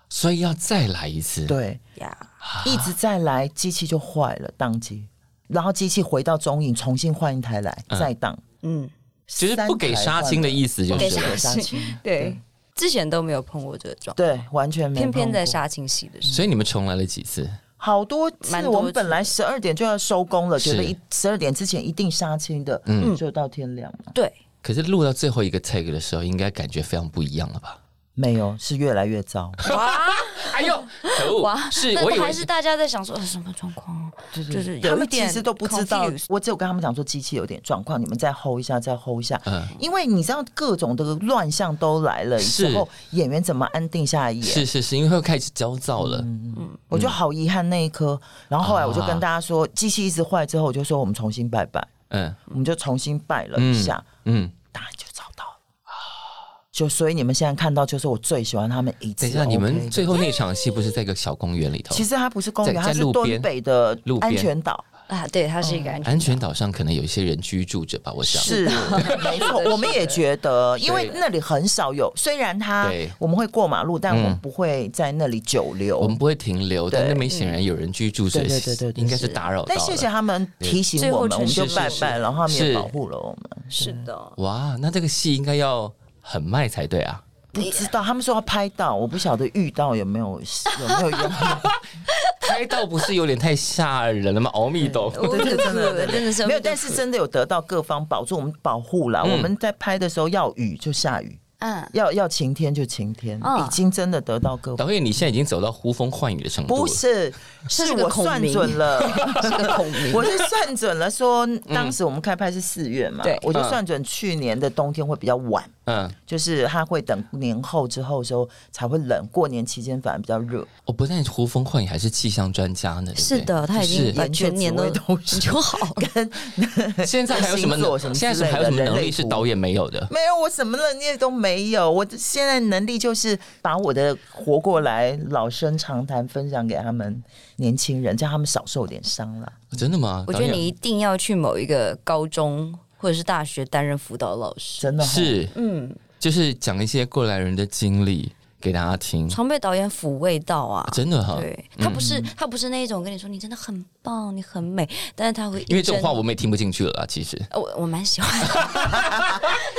Speaker 2: 所以要再来一次。，
Speaker 3: 对，
Speaker 1: 呀，
Speaker 2: 啊
Speaker 3: 一直再来机器就坏了，宕机，然后机器回到中影重新换一台来
Speaker 2: 嗯
Speaker 3: 再档，
Speaker 1: 嗯，
Speaker 2: 其实不给杀青的意思就
Speaker 3: 不
Speaker 1: 给
Speaker 2: 是
Speaker 1: 杀
Speaker 3: 给杀
Speaker 1: 青
Speaker 3: 青，
Speaker 1: 对，之前都没有碰过这个状况，
Speaker 3: 对，完全没
Speaker 1: 偏偏
Speaker 3: 碰
Speaker 1: 在
Speaker 3: 过
Speaker 1: 杀青戏的时候，
Speaker 2: 所以你们重来了几次？
Speaker 3: 好多
Speaker 1: 蛮
Speaker 3: 次，
Speaker 1: 多
Speaker 3: 我们本来十二点就要收工了，
Speaker 2: 是
Speaker 3: 觉得一十二点之前一定杀青的，
Speaker 2: 嗯
Speaker 3: 就到天亮了。
Speaker 1: 对，
Speaker 2: 可是录到最后一个 take 的时候，应该感觉非常不一样了吧？
Speaker 3: 没有，是越来越糟。
Speaker 1: 哇
Speaker 2: 哎呦，可
Speaker 1: 哇
Speaker 2: 恶！，是
Speaker 1: 那
Speaker 2: 我以为
Speaker 1: 还是大家在想说呃什么状况，就是
Speaker 3: 他
Speaker 1: 有一
Speaker 3: 们其
Speaker 1: 点
Speaker 3: 实都不知道
Speaker 1: confused，
Speaker 3: 我只有跟他们讲说机器有点状况，你们再 hold 一下，再 hold 一下。
Speaker 2: 嗯
Speaker 3: 因为你知道各种的乱象都来了
Speaker 2: 是
Speaker 3: 之后，演员怎么安定下来演？
Speaker 2: 是是是，因为会开始焦躁了。
Speaker 3: 我就好遗憾那一刻。然后后来我就
Speaker 2: 啊
Speaker 3: 跟大家说，机器一直坏之后，我就说我们重新拜拜，
Speaker 2: 嗯
Speaker 3: 我们就重新拜了一下，
Speaker 2: 嗯，
Speaker 3: 答案就找到了。就所以你们现在看到，就是我最喜欢他们一次。
Speaker 2: 等一下，你们
Speaker 3: OK 的
Speaker 2: 最后那场戏不是在一个小公园里头？
Speaker 3: 其实它不是公园，
Speaker 2: 在
Speaker 3: 它
Speaker 2: 在
Speaker 3: 是
Speaker 2: 路边
Speaker 3: 敦北的
Speaker 2: 路边
Speaker 3: 安全岛。
Speaker 1: 啊，对，它是一
Speaker 3: 嗯
Speaker 1: 个安全
Speaker 2: 安全岛上可能有一些人居住着吧，我想。
Speaker 3: 是，没错，我们也觉得，因为那里很少有，虽然它
Speaker 2: 对嗯
Speaker 3: 我们会过马路，但我们不会在那里久
Speaker 2: 我
Speaker 3: 留
Speaker 2: 们。不会停留，
Speaker 3: 对嗯
Speaker 2: 但那边显然有人居住着，
Speaker 3: 对对对对对
Speaker 2: 应该是打扰到
Speaker 3: 但谢谢
Speaker 2: 了。
Speaker 3: 他们提醒
Speaker 1: 最
Speaker 3: 我
Speaker 1: 后
Speaker 3: 们，我们
Speaker 1: 确
Speaker 3: 就
Speaker 1: 实
Speaker 3: 拜
Speaker 1: 是
Speaker 3: 拜，然后他们
Speaker 2: 是
Speaker 3: 也保护了我们。
Speaker 1: 是的，
Speaker 2: 哇，那这个戏应该要很卖才对 啊！
Speaker 3: 不知道他们说要拍到，我不晓得遇到有没有有没有用。
Speaker 2: 拍到不是有点太吓人了吗？阿弥陀佛，
Speaker 1: 我
Speaker 3: 对对真的对对
Speaker 1: 真的是
Speaker 3: 没有，但是真的有得到各方保住，我们保护啦。
Speaker 2: 嗯
Speaker 3: 我们在拍的时候要雨就下雨，
Speaker 1: 嗯，
Speaker 3: 要要晴天就晴天，
Speaker 1: 嗯
Speaker 3: 已经真的得到各 方。
Speaker 2: 导演，你现在已经走到呼风唤雨的程度
Speaker 3: 不
Speaker 2: 了。
Speaker 3: 是，是
Speaker 1: 这是个
Speaker 3: 我
Speaker 1: 孔
Speaker 3: 算
Speaker 1: 明
Speaker 3: 准 了，
Speaker 1: 是个孔明，
Speaker 3: 我是算准了说，当时我们开拍是四月嘛，
Speaker 1: 对
Speaker 3: 我就算准去年的冬天会比较晚，
Speaker 2: 嗯，
Speaker 3: 就是它会等年后之后的时候才会冷，过年期间反而比较热。
Speaker 2: 我哦不但呼风唤雨，还是气象专家呢。对不对
Speaker 1: 是的，他已经把
Speaker 3: 研究
Speaker 1: 全年
Speaker 3: 紫
Speaker 1: 都
Speaker 3: 微斗数
Speaker 1: 就好了，
Speaker 2: 是现在还有什么
Speaker 3: 星座
Speaker 2: 能？
Speaker 3: 什么之
Speaker 2: 现在
Speaker 3: 类
Speaker 2: 还有什么
Speaker 3: 的人
Speaker 2: 能
Speaker 3: 类
Speaker 2: 力是
Speaker 3: 图
Speaker 2: 导演没有的？
Speaker 3: 没有，我什么能力都没有，我现在能力就是把我的活过来老生常谈分享给他们年轻人，叫他们少受点伤啦。
Speaker 2: 真的吗？
Speaker 1: 我觉
Speaker 2: 导
Speaker 1: 得
Speaker 2: 演
Speaker 1: 你一定要去某一个高中或者是大学担任辅导老师，
Speaker 3: 真的哦，
Speaker 2: 是
Speaker 1: 嗯，
Speaker 2: 就是讲一些过来人的经历给大家听，
Speaker 1: 常被导演抚慰到啊。
Speaker 2: 真的嗯哈。
Speaker 1: 对他不是他不是那一种跟你说你真的很棒，你很美，但是他会
Speaker 2: 因为这种话
Speaker 1: 我
Speaker 2: 我们也听不进去了啦。啊其实
Speaker 1: 我我蛮 喜欢的，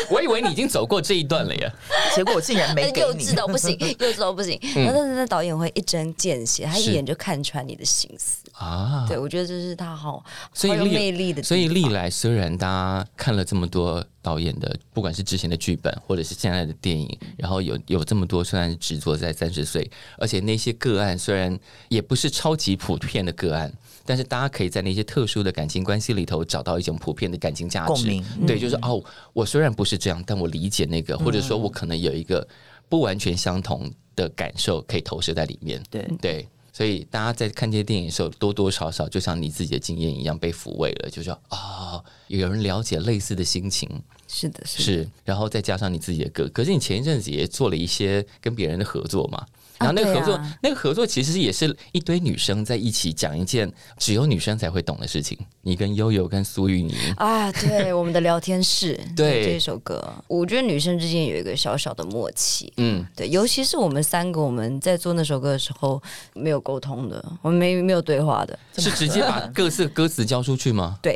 Speaker 2: 我以为你已经走过这一段了 耶。
Speaker 3: 结果我竟然没给
Speaker 1: 幼
Speaker 3: 你
Speaker 1: 稚。到 不行，幼稚到不行。然后但是那导演会一针见血，他
Speaker 2: 嗯是
Speaker 1: 一眼就看穿你的心思。
Speaker 2: 啊，
Speaker 1: 对我觉得这是他好好
Speaker 2: 所以
Speaker 1: 有
Speaker 2: 历
Speaker 1: 魅力的地方，
Speaker 2: 所以历来虽然大家看了这么多导演的，不管是之前的剧本，或者是现在的电影，然后有有这么多虽然执着在三十岁，而且那些个案虽然也不是超级普遍的个案。但是大家可以在那些特殊的感情关系里头找到一种普遍的感情价值，
Speaker 3: 共鸣嗯
Speaker 2: 对，就是哦，我虽然不是这样，但我理解那个，或者说我可能有一个不完全相同的感受可以投射在里面。
Speaker 3: 对
Speaker 2: 对，所以大家在看这些电影的时候，多多少少就像你自己的经验一样被抚慰了，就说啊、有人了解类似的心情
Speaker 1: 是的，是的
Speaker 2: 是，然后再加上你自己的歌，可是你前一阵子也做了一些跟别人的合作嘛。然后那个
Speaker 1: 对啊
Speaker 2: 合作，那个合作其实也是一堆女生在一起讲一件只有女生才会懂的事情。你跟悠悠跟苏玉宁，
Speaker 1: 啊，对，我们的聊 天室，
Speaker 2: 对
Speaker 1: 这首歌，我觉得女生之间有一个小小的默契。
Speaker 2: 嗯，
Speaker 1: 对，尤其是我们三个，我们在做那首歌的时候没有沟通的，我们没没有对话的，
Speaker 2: 是直接把各自歌词交出去吗？
Speaker 1: 对，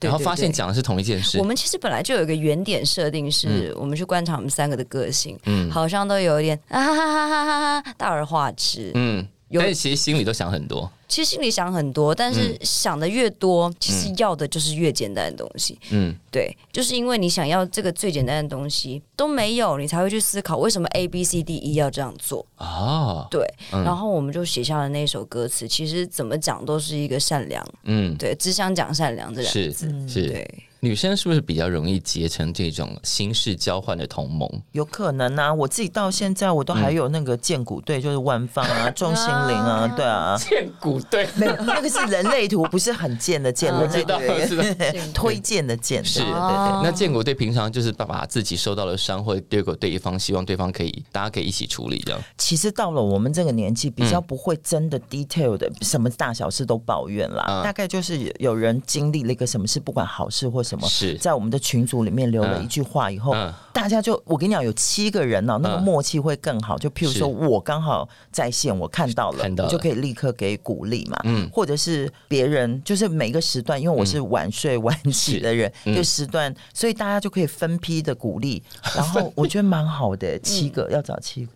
Speaker 1: 对
Speaker 2: 然后发现。
Speaker 1: 对对
Speaker 2: 讲的是嗯同一件事
Speaker 1: 我。们其实本来就有一个原点设定，是我们去观察我们三个的个性，
Speaker 2: 嗯
Speaker 1: 好像都有一点啊哈哈哈哈哈大而化之。
Speaker 2: 嗯，
Speaker 1: 有
Speaker 2: 但是其实心里都想很多。
Speaker 1: 其实心里想很多，但
Speaker 2: 嗯
Speaker 1: 是想的越多，其实要的就是越简单的东西。
Speaker 2: 嗯，
Speaker 1: 对，就是因为你想要这个最简单的东西都没有，你才会去思考为什么 A B C D E 要这样做。
Speaker 2: 哦，
Speaker 1: 对，然后我们就写下了那首歌词。其实怎么讲都是一个善良，
Speaker 2: 嗯，
Speaker 1: 对，只想讲善良这两个
Speaker 2: 是
Speaker 1: 字。
Speaker 2: 是，
Speaker 1: 对，
Speaker 2: 女生是不是比较容易结成这种形式交换的同 盟？
Speaker 3: 有可能啊，我自己到现在我都
Speaker 2: 嗯
Speaker 3: 还有那个剑骨队，就是万方啊、钟心凌啊，对啊，
Speaker 2: 剑骨对，
Speaker 3: 没有那个是人类图，不是很贱的贱，
Speaker 1: 哦
Speaker 3: 人
Speaker 2: 啊知
Speaker 3: 类
Speaker 2: 道
Speaker 3: 图
Speaker 2: 知道。
Speaker 3: 推荐的荐，
Speaker 2: 是
Speaker 3: 对对对
Speaker 1: 哦
Speaker 2: 那建国队平常就是把把自己受到的伤或者丢给对方，希望对方可以大家可以一起处理这样。
Speaker 3: 其实到了我们这个年纪，比
Speaker 2: 嗯
Speaker 3: 较不会真的 detail 的什么大小事都抱怨啦。
Speaker 2: 嗯
Speaker 3: 大概就是有人经历了一个什么事，不管好事或什么，
Speaker 2: 是
Speaker 3: 在我们的群组里面留了
Speaker 2: 嗯
Speaker 3: 一句话以后，
Speaker 2: 嗯
Speaker 3: 大家就我跟你讲，有七个人呢、那个
Speaker 2: 嗯
Speaker 3: 默契会更好。就譬如
Speaker 2: 是
Speaker 3: 说我刚好在线，我看到了，
Speaker 2: 看到了
Speaker 3: 我就可以立刻给鼓励嘛。
Speaker 2: 嗯
Speaker 3: 或者是别人，就是每个时段，因为我是晚睡晚起的人，
Speaker 2: 嗯
Speaker 3: 就时段，所以大家就可以分批的鼓励。然后我觉得蛮 好的，
Speaker 2: 嗯
Speaker 3: 七个要找七个。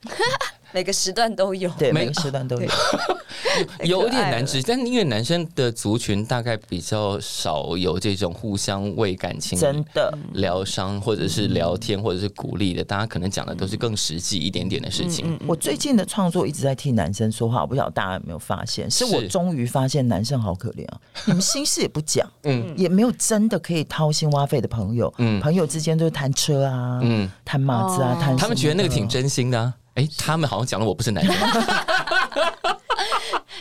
Speaker 1: 每个时段都有。
Speaker 3: 对，
Speaker 2: 没哦
Speaker 3: 每个时段都有
Speaker 1: 对。太可爱了
Speaker 2: 有点难治，但因为男生的族群大概比较少有这种互相为感情
Speaker 3: 真
Speaker 2: 嗯
Speaker 3: 的，
Speaker 2: 疗伤，或者是聊天，或者是鼓励的，大家可能讲的都是更实际一点点的事
Speaker 1: 嗯
Speaker 2: 情。
Speaker 3: 我最近的创作一直在替男生说话，我不晓得大家有没有发现？是我
Speaker 2: 是
Speaker 3: 终于发现男生好可 怜啊！你们心事也不讲，
Speaker 2: 嗯
Speaker 3: 嗯，也没有真的可以掏心挖肺的朋友，
Speaker 2: 嗯
Speaker 3: 嗯，朋友之间都是谈车啊，
Speaker 2: 嗯
Speaker 3: 嗯，谈马子啊
Speaker 1: 哦，
Speaker 3: 谈
Speaker 2: 他们觉得那个挺
Speaker 3: 真。
Speaker 2: 真心的、啊，哎、他们好像讲了我不是男生，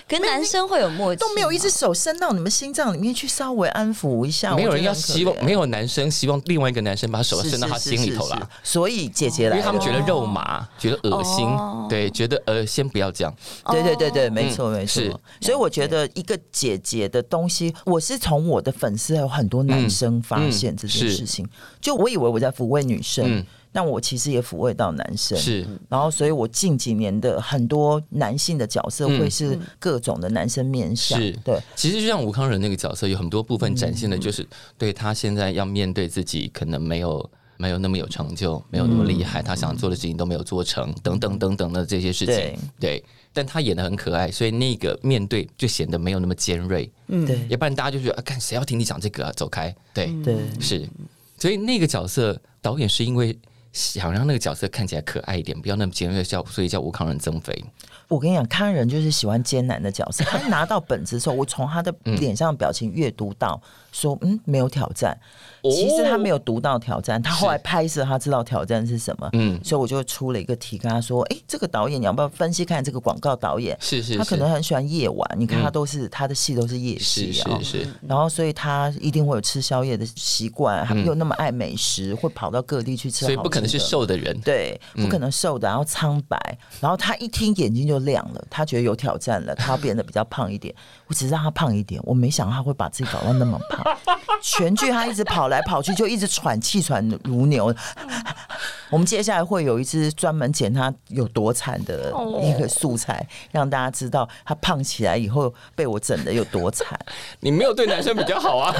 Speaker 1: 可是嗯男生会有默契，
Speaker 3: 都没有一只。手伸到你们心脏里面去，稍微安抚一下。
Speaker 2: 没有
Speaker 3: 我
Speaker 2: 人
Speaker 3: 觉得
Speaker 2: 要
Speaker 3: 很可
Speaker 2: 希
Speaker 3: 怜
Speaker 2: 望，没有男生希望另外一个男生把手
Speaker 3: 是
Speaker 2: 伸到他
Speaker 3: 是
Speaker 2: 心里头
Speaker 3: 是
Speaker 2: 啦。
Speaker 3: 是所以姐姐
Speaker 2: 因
Speaker 3: 来
Speaker 2: 为
Speaker 3: 了，
Speaker 2: 他们觉得肉麻，觉得恶心，
Speaker 1: 哦
Speaker 2: 对，觉得呃，先不要这样。
Speaker 3: 对对对对，没错没错
Speaker 2: 嗯是。
Speaker 3: 所以我觉得一个姐姐的东西，我是从我的粉丝还有很多男生发现这件事情。就我以为我在抚慰女
Speaker 2: 嗯
Speaker 3: 生，但我其实也抚慰到男生。
Speaker 2: 是，
Speaker 3: 然后，所以我近几年的很多男性的角色会是各种的男生面相，
Speaker 2: 嗯是
Speaker 3: 对，
Speaker 2: 其实就像吴康仁那个角色，有很多部分展现的
Speaker 3: 嗯
Speaker 2: 就是对他现在要面对自己可能没有。没有那么有成就，没有那么
Speaker 3: 嗯
Speaker 2: 厉害，他想做的事情都没有做成，等等等等的这些事情，
Speaker 3: 对
Speaker 2: 对但他演的很可爱，所以那个面对就显得没有那么尖锐，
Speaker 1: 嗯
Speaker 3: 对
Speaker 2: 要不然大家就觉得啊，看谁要听你讲这个啊，走开。对，
Speaker 3: 对，
Speaker 2: 是，所以那个角色导演是因为想让那个角色看起来可爱一点，不要那么尖锐，叫所以叫吴康仁增肥。
Speaker 3: 我跟你讲，看人就是喜欢艰难的角色。他拿到本子的时候，我从他的
Speaker 2: 嗯
Speaker 3: 脸上的表情阅读到说，嗯，没有挑战。其实他没有读到挑战，他后来拍摄他知道挑战是什么，
Speaker 2: 哦嗯
Speaker 3: 所以我就出了一个题跟他说，哎，这个导演你要不要分析看这个广告导演？
Speaker 2: 是是
Speaker 3: 他可能很喜欢夜晚，你看
Speaker 2: 嗯
Speaker 3: 他都是、他的戏都是夜
Speaker 2: 是
Speaker 3: 戏
Speaker 2: 是
Speaker 3: 啊、哦
Speaker 2: 是是，
Speaker 3: 然后所以他一定会有吃宵夜的习惯，还又那么爱美食，会跑到各地去吃
Speaker 2: 嗯所
Speaker 3: 好吃
Speaker 2: 以
Speaker 3: 的，
Speaker 2: 不可能是瘦的人。
Speaker 3: 对，不可能瘦的，然后苍白，然后他一听眼睛就亮了，他觉得有挑战了，他要变得比较胖一点。我只是让他胖一点，我没想到他会把自己搞到那么胖。全剧他一直跑来跑去，就一直喘气喘如牛。 我们接下来会有一支专门剪他有多惨的一个素材，让大家知道他胖起来以后被我整的有多惨。
Speaker 2: 你没有对男生比较 好啊。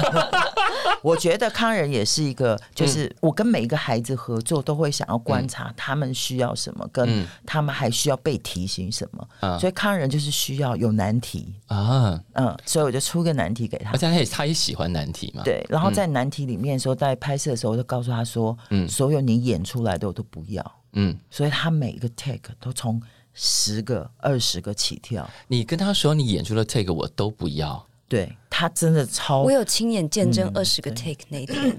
Speaker 3: 我觉得康仁也是一个，
Speaker 2: 嗯
Speaker 3: 就是我跟每一个孩子合作，都会想要观察他们需要什么，跟他们还需要被提醒什么。
Speaker 2: 嗯
Speaker 3: 所以康仁就是需要有难题，
Speaker 2: 啊，
Speaker 3: 嗯，所以我就出个难题给他
Speaker 2: 而。且他嗯也他也喜欢难题嘛。，
Speaker 3: 对，然后在难题里面的时候，在拍摄的时候，我就告诉他说，所有你演出来的我都不要，
Speaker 2: 嗯，
Speaker 3: 所以他每一个 take 都从十个、二十个起跳。
Speaker 2: 你跟他说你演出的 take 我都不要，
Speaker 3: 对他真的超
Speaker 1: 我有亲眼见证二十个 take 那一天，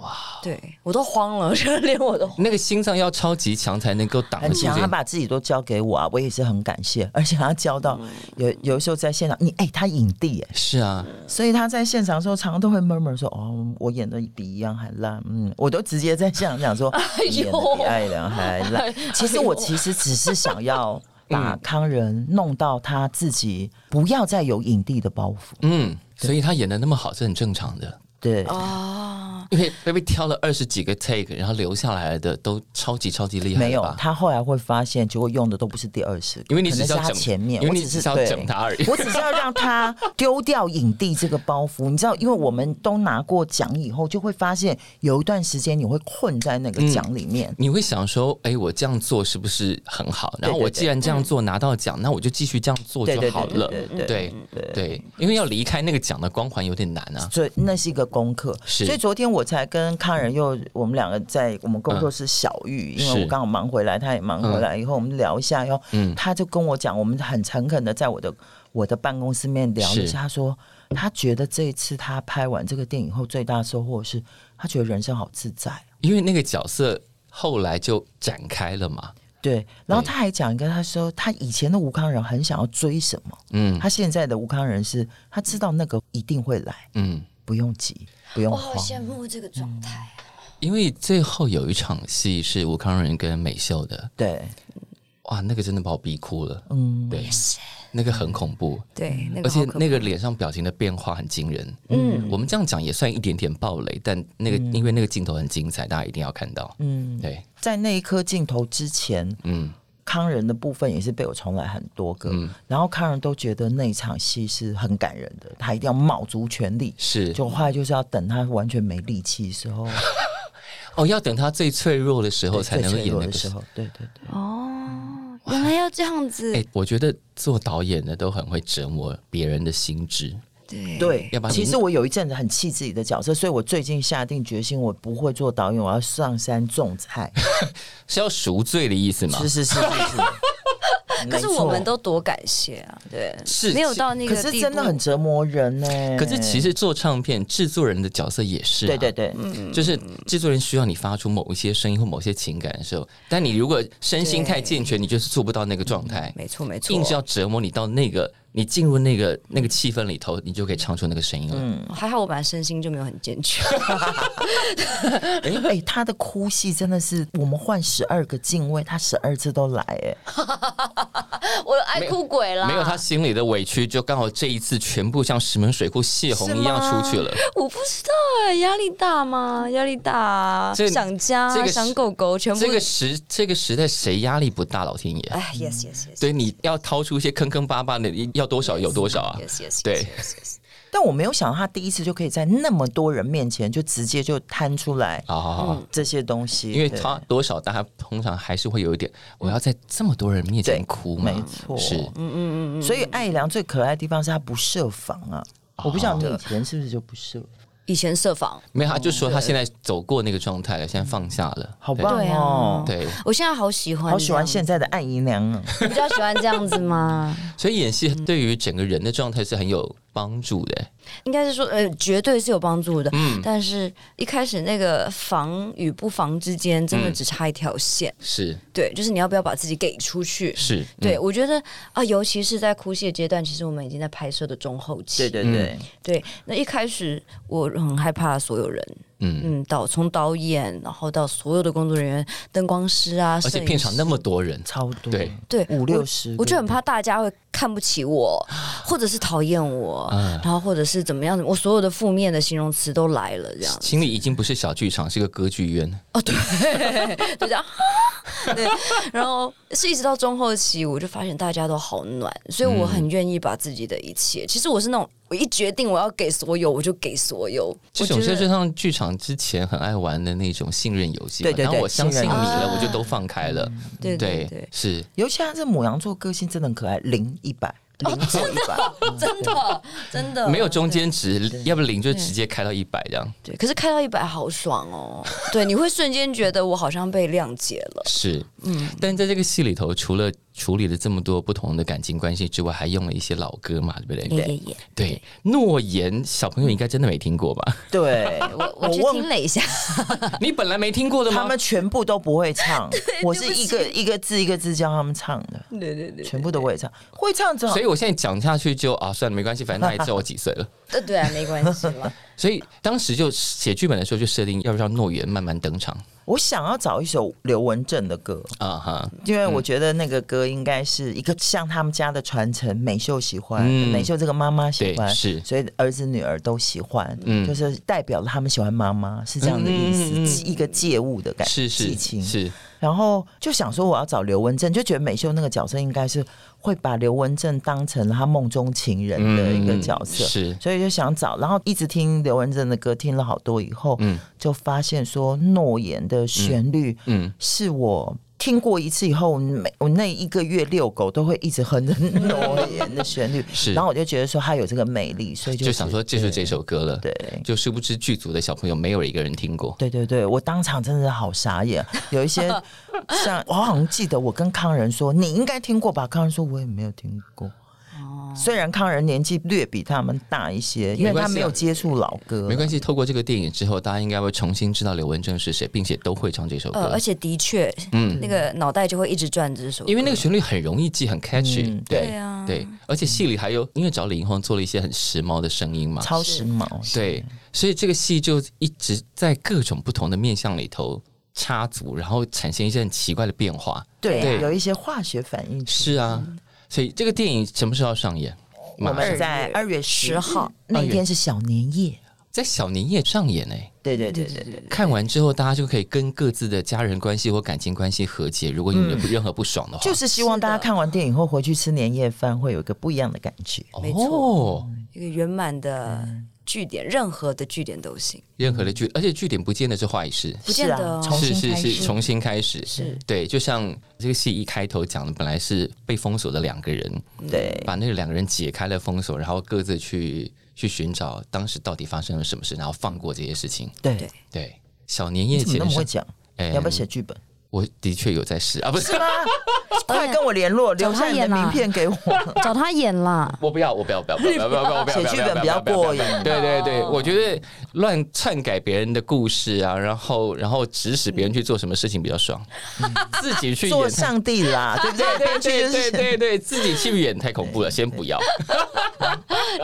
Speaker 1: 哇！对我都慌了，连我都慌。
Speaker 2: 那个心脏要超级强才能够挡得
Speaker 3: 很
Speaker 2: 住这
Speaker 3: 强，他
Speaker 2: 个。
Speaker 3: 把自己都交给我啊，我也是很感谢，而且他交到
Speaker 2: 嗯
Speaker 3: 有有时候在现场，你哎、他影帝哎，
Speaker 2: 是啊，
Speaker 3: 所以他在现场的时候，常常都会 murmur 说哦，我演的比一样还烂，嗯，我都直接在现 场讲说，
Speaker 2: 哎
Speaker 3: 你演的比爱良还烂。其实我其实只是想要
Speaker 2: 嗯
Speaker 3: 把康仁弄到他自己不要再有影帝的包袱，
Speaker 2: 嗯，所以他演的那么好是很正常的，
Speaker 3: 对，
Speaker 1: 哦，
Speaker 2: 因为被被挑了二十几个 take，然后留下来的都超级超级厉害的
Speaker 3: 没有
Speaker 2: 吧，
Speaker 3: 他后来会发现，结果用的都不是第二十个，
Speaker 2: 因为你
Speaker 3: 可
Speaker 2: 只
Speaker 3: 能
Speaker 2: 是
Speaker 3: 是
Speaker 2: 要
Speaker 3: 他
Speaker 2: 整，
Speaker 3: 前面，
Speaker 2: 因
Speaker 3: 我
Speaker 2: 为你
Speaker 3: 只
Speaker 2: 只
Speaker 3: 是
Speaker 2: 是要
Speaker 3: 对
Speaker 2: 整他而已。
Speaker 3: 我只是要让他丢掉影帝这个包袱，你知道，因为我们都拿过奖以后，就会发现有一段时间你会困在那个奖里面。
Speaker 2: 你会想说，哎、我这样做是不是很好？然后
Speaker 3: 对对嗯
Speaker 2: 我既然这样做拿到奖，那我就继续这样做
Speaker 3: 对
Speaker 2: 嗯就
Speaker 3: 对
Speaker 2: 好
Speaker 3: 对
Speaker 2: 了。嗯
Speaker 3: 对对
Speaker 2: 对对，因为要离开那个奖的光环有点难啊。
Speaker 3: 所以那是一个功课。
Speaker 2: 是
Speaker 3: 所以昨天我才跟咖人又我们两个在我们工作室小遇，因为
Speaker 2: 是
Speaker 3: 我刚好忙回来，他也忙回来，以后我们聊一下，然后
Speaker 2: 嗯
Speaker 3: 他就跟我讲，我们很诚恳的在我的我的办公室面聊一
Speaker 2: 是
Speaker 3: 下，他说他觉得这一次他拍完这个电影后最大收获是，他觉得人生好自在。
Speaker 2: 因为那个角色后来就展开了嘛，
Speaker 3: 对，然后
Speaker 2: 对
Speaker 3: 他还讲一个，他说他以前的吴康人很想要追什么，
Speaker 2: 嗯
Speaker 3: 他现在的吴康人是他知道那个一定会来，
Speaker 2: 嗯，
Speaker 3: 不用急，不用
Speaker 1: 我好
Speaker 3: 慌。
Speaker 1: 羡慕这个状态啊。
Speaker 2: 因为最后有一场戏是吴康仁跟美秀的，
Speaker 3: 对，
Speaker 2: 哇，那个真的把我逼哭了，
Speaker 3: 嗯，
Speaker 2: 对，那个很恐怖，
Speaker 1: 对，那个
Speaker 2: 而且
Speaker 1: 好可
Speaker 2: 那个脸上表情的变化很惊人。
Speaker 1: 嗯，
Speaker 2: 我们这样讲也算一点点暴雷，但那个、因为那个镜头很精彩，大家一定要看到。
Speaker 3: 嗯，
Speaker 2: 对，
Speaker 3: 在那一颗镜头之前，
Speaker 2: 嗯，
Speaker 3: 康仁的部分也是被我重来很多个，
Speaker 2: 嗯
Speaker 3: 然后康仁都觉得那一场戏是很感人的，他一定要卯足全力。
Speaker 2: 是
Speaker 3: 就后来就是要等他完全没力气的时 候，
Speaker 2: 哦，要等他最脆弱的时候才
Speaker 3: 最
Speaker 2: 能够
Speaker 3: 脆
Speaker 2: 演
Speaker 3: 弱
Speaker 2: 那
Speaker 3: 的
Speaker 2: 个
Speaker 3: 时。候，对对对，
Speaker 1: 哦，原来要这样子
Speaker 2: 哎、，我觉得做导演的都很会折磨别人的心智。
Speaker 1: 对
Speaker 3: 对，
Speaker 2: 要不然你
Speaker 3: 其实我有一阵子很气自己的角色，所以我最近下定决心，我不会做导演，我要上山种 菜。
Speaker 2: 是要赎罪的意思吗
Speaker 3: 是？是是是是。
Speaker 1: 可是
Speaker 3: 没错
Speaker 1: 我们，都多感谢啊，对，
Speaker 2: 是
Speaker 1: 没有到那个
Speaker 3: 可
Speaker 1: 地步，
Speaker 3: 是真的很折磨人呢、
Speaker 2: 可是其
Speaker 3: 实，
Speaker 2: 实做唱片制作人的角色也是、啊，
Speaker 3: 对对嗯对，
Speaker 2: 就是制作人需要你发出某一些声音或某些情感的时候，但你如果身心太健全，你就是做不到那个状态，
Speaker 1: 没错没错，
Speaker 2: 硬是要折磨你到那个你进入那个那个气氛里头，你就可以唱出那个声音了。
Speaker 3: 嗯
Speaker 1: 哦还好我本来身心就没有很 健全，
Speaker 3: 哎、他的哭戏真的是，我们换十二个敬畏，他十二次都来、哎，
Speaker 1: 我爱哭鬼啦，
Speaker 2: 没有，他心里的委屈就刚好这一次全部像石门水库泄洪一样
Speaker 3: 是吗
Speaker 2: 出去了。
Speaker 1: 我不知道哎、压力大吗？压力大、啊，
Speaker 2: 这
Speaker 1: 想家、
Speaker 2: 这个是
Speaker 1: 想狗狗，全部
Speaker 2: 这个时这个时代谁压力不大？老天爷，
Speaker 1: 哎，yes yes yes，
Speaker 2: 对，你要掏出一些坑坑巴巴的，要多少有多少啊？
Speaker 3: 嗯
Speaker 1: ，yes yes，, yes
Speaker 2: 对
Speaker 1: yes, yes, yes
Speaker 3: 但我没有想到他第一次就可以在那么多人面前就直接就摊出来
Speaker 2: 好好好。
Speaker 3: 这些东西，
Speaker 2: 因为
Speaker 3: 对
Speaker 2: 他多少，大家通常还是会有一点，我要在这么多人面前
Speaker 3: 对
Speaker 2: 哭嘛，
Speaker 3: 没错，嗯
Speaker 2: 是，
Speaker 3: 所以艾良最可爱的地方是他不设防啊。我不晓得你以前是不是就不设防，
Speaker 1: 以前设防，
Speaker 2: 没有，他就说他现在走过那个状态了，现在放下了，
Speaker 3: 好
Speaker 2: 对
Speaker 3: 棒
Speaker 1: 对
Speaker 3: 哦
Speaker 1: 啊！
Speaker 2: 对，
Speaker 1: 我现在好喜欢，
Speaker 3: 好喜欢现
Speaker 1: 在，
Speaker 3: 在的艾姨娘啊！
Speaker 1: 你比较喜欢这样子吗？
Speaker 2: 所以演戏对于整个人的状态是很有帮助的。
Speaker 1: 应该是说，呃，绝对是有帮助的。
Speaker 2: 嗯
Speaker 1: 但是一开始那个防与不防之间，真
Speaker 2: 嗯
Speaker 1: 的只差一条线。
Speaker 2: 是
Speaker 1: 对，就是你要不要把自己给出去。
Speaker 2: 是，嗯
Speaker 1: 对，，我觉得啊，尤其是在哭戏的阶段，其实我们已经在拍摄的中后期。
Speaker 3: 对对对，
Speaker 1: 对，那一开始我很害怕所有人，
Speaker 2: 嗯，
Speaker 1: 嗯，导从导演，然后到所有的工作人员、灯光师啊，
Speaker 2: 而且
Speaker 1: 摄影
Speaker 2: 片场那么多人，
Speaker 3: 超多
Speaker 2: 对
Speaker 1: 对
Speaker 3: 五六十
Speaker 1: 我就很
Speaker 3: 个
Speaker 1: 怕大家会看不起我，或者是讨厌我，
Speaker 2: 嗯
Speaker 1: 然后或者是怎么样，我所有的负面的形容词都来了，这样
Speaker 2: 心里已经不是小剧场，是个歌剧院。
Speaker 1: 哦，对，就这样， 啊对，然后是一直到中后期，我就发现大家都好暖，所以
Speaker 2: 嗯
Speaker 1: 我很愿意把自己的一切，其实我是那种我一决定我要给所有，我就给所有，
Speaker 2: 这
Speaker 1: 我觉
Speaker 2: 种事
Speaker 1: 得
Speaker 2: 就像剧场之前很爱玩的那种信任游戏嘛，
Speaker 3: 对对
Speaker 2: 当
Speaker 3: 对
Speaker 2: 我相信你
Speaker 3: 信任游
Speaker 1: 戏
Speaker 2: 了，我就都放开了。
Speaker 1: 对对
Speaker 2: 对
Speaker 1: 对，
Speaker 2: 是
Speaker 3: 尤其他这母羊座个性真的很可爱，零一百零到一百，
Speaker 1: 哦真的真的
Speaker 2: 没有中间值，要不零就直接开到一百这样。
Speaker 1: 对，可是开到一百好爽 哦！对，你会瞬间觉得我好像被谅解了。
Speaker 2: 是，嗯，但在这个戏里头，除了处理了这么多不同的感情关系之外，还用了一些老歌嘛，对不对？
Speaker 1: 耶耶，
Speaker 2: 对，诺言，小朋友应该真的没听过吧？
Speaker 3: 对
Speaker 1: 我我去
Speaker 3: 问
Speaker 1: 听了 一下，
Speaker 2: 你本来没听过的
Speaker 3: 他
Speaker 2: 吗
Speaker 3: 们？全部都不会唱，我是一个一个字一个字教他们唱的，
Speaker 1: 对对对，
Speaker 3: 全部都不会唱，会唱只好
Speaker 2: 所以我现在讲下去就啊，算了，没关系，反正他也知道我几岁 了。
Speaker 1: 呃 对啊，没关系 嘛。
Speaker 2: 所以当时就写剧本的时候就设定要让诺言慢慢登场
Speaker 3: 我想要找一首刘文正的歌，
Speaker 2: 啊哈，
Speaker 3: 因为我觉得那个歌应该是一个像他们家的传承，美秀喜欢，
Speaker 2: 嗯
Speaker 3: 美秀这个妈妈喜欢，
Speaker 2: 对是
Speaker 3: 所以儿子女儿都喜欢，
Speaker 2: 嗯
Speaker 3: 就是代表了他们喜欢妈妈，是这样的意思，
Speaker 2: 嗯嗯嗯
Speaker 3: 一个借物的感
Speaker 2: 是
Speaker 3: 激
Speaker 2: 是
Speaker 3: 情。
Speaker 2: 是，
Speaker 3: 然后就想说我要找刘文正，就觉得美秀那个角色应该是会把刘文正当成他梦中情人的一个角色，
Speaker 2: 嗯是
Speaker 3: 所以就想找，然后一直听刘文正的歌，听了好多以后，
Speaker 2: 嗯
Speaker 3: 就发现说《诺言》的旋律，
Speaker 2: 嗯
Speaker 3: 是我听过一次以后，我每我那一个月遛狗都会一直哼着诺言的旋律，
Speaker 2: 是
Speaker 3: 然后我就觉得说他有这个魅力，所以就
Speaker 2: 就想说这
Speaker 3: 是
Speaker 2: 是这首歌了。
Speaker 3: 对。
Speaker 2: 就殊不知剧组的小朋友没有一个人听过。
Speaker 3: 对对对，我当场真的是好傻眼。有 一些像我好像记得，我跟康仁说你应该听过吧，康仁说我也没有听过。虽然康仁年纪略比他们大一些，因为
Speaker 2: 没关系啊
Speaker 3: 他没有接触老歌，
Speaker 2: 没关系，透过这个电影之后，大家应该会重新知道刘文正是谁，并且都会唱这首歌。
Speaker 1: 呃，而且的确，
Speaker 2: 嗯
Speaker 1: 那个脑袋就会一直转这首歌，
Speaker 2: 因为那个旋律很容易记，很 catchy，、
Speaker 3: 嗯
Speaker 1: 对啊
Speaker 2: 对，而且戏里还有因为找李英宏做了一些很时髦的声音嘛，
Speaker 3: 超时髦。
Speaker 2: 对，所以这个戏就一直在各种不同的面向里头插足，然后产生一些很奇怪的变化。
Speaker 3: 对
Speaker 2: 对
Speaker 3: 有一些化学反应。
Speaker 2: 是啊，所以这个电影什么时候要上演？
Speaker 3: 嗯我
Speaker 2: 马上
Speaker 3: 们在二月
Speaker 1: 十号
Speaker 3: 那一天是小年夜，
Speaker 2: 在小年夜上演呢、欸
Speaker 3: 对对对对对，
Speaker 2: 看完之后，大家就可以跟各自的家人关系或感情关系和解。如果你有任何不爽的话，
Speaker 3: 就是希望大家看完电影后回去吃年夜饭，会有一个不一样的感觉。
Speaker 1: 没错
Speaker 2: 哦，
Speaker 1: 一个圆满的据点，任何的据点都行，
Speaker 2: 任何的据，而且据点不见得是坏事。
Speaker 1: 不见得哦
Speaker 3: 是啊重
Speaker 2: 是
Speaker 3: 新
Speaker 2: 是
Speaker 3: 开
Speaker 2: 是，
Speaker 3: 始。
Speaker 2: 重新开始
Speaker 1: 是
Speaker 2: 对，就像这个戏一开头讲的，本来是被封锁的两个人，
Speaker 3: 对，
Speaker 2: 把那两个人解开了封锁，然后各自去去寻找当时到底发生了什么事，然后放过这些事情。
Speaker 3: 对
Speaker 1: 对
Speaker 2: 对，小年
Speaker 3: 你
Speaker 2: 夜
Speaker 3: 怎么
Speaker 2: 前
Speaker 3: 那么会
Speaker 2: 上，
Speaker 3: 讲？
Speaker 2: 哎
Speaker 3: 你要不要写剧本？
Speaker 2: 我的确有在试啊，不是，
Speaker 3: 快跟我联络，
Speaker 4: 找
Speaker 3: 留
Speaker 4: 他
Speaker 3: 下你的
Speaker 4: 演啦
Speaker 3: 名片给我。
Speaker 1: 哦
Speaker 4: 找他演啦。
Speaker 2: 我不要，我不要，不要，不要，不要，不要，不要，不要，不要
Speaker 3: 写剧本比较过瘾
Speaker 2: 对对对，我觉得乱篡改别人的故事啊，然后然后指使别人去做什么事情比较爽，自己去
Speaker 3: 做
Speaker 2: 演太。
Speaker 3: 上帝啦，对不对？
Speaker 2: 对
Speaker 3: 编剧
Speaker 2: 对
Speaker 3: 就
Speaker 2: 对
Speaker 3: 是
Speaker 2: 对对，自己去演太恐怖了，先不要。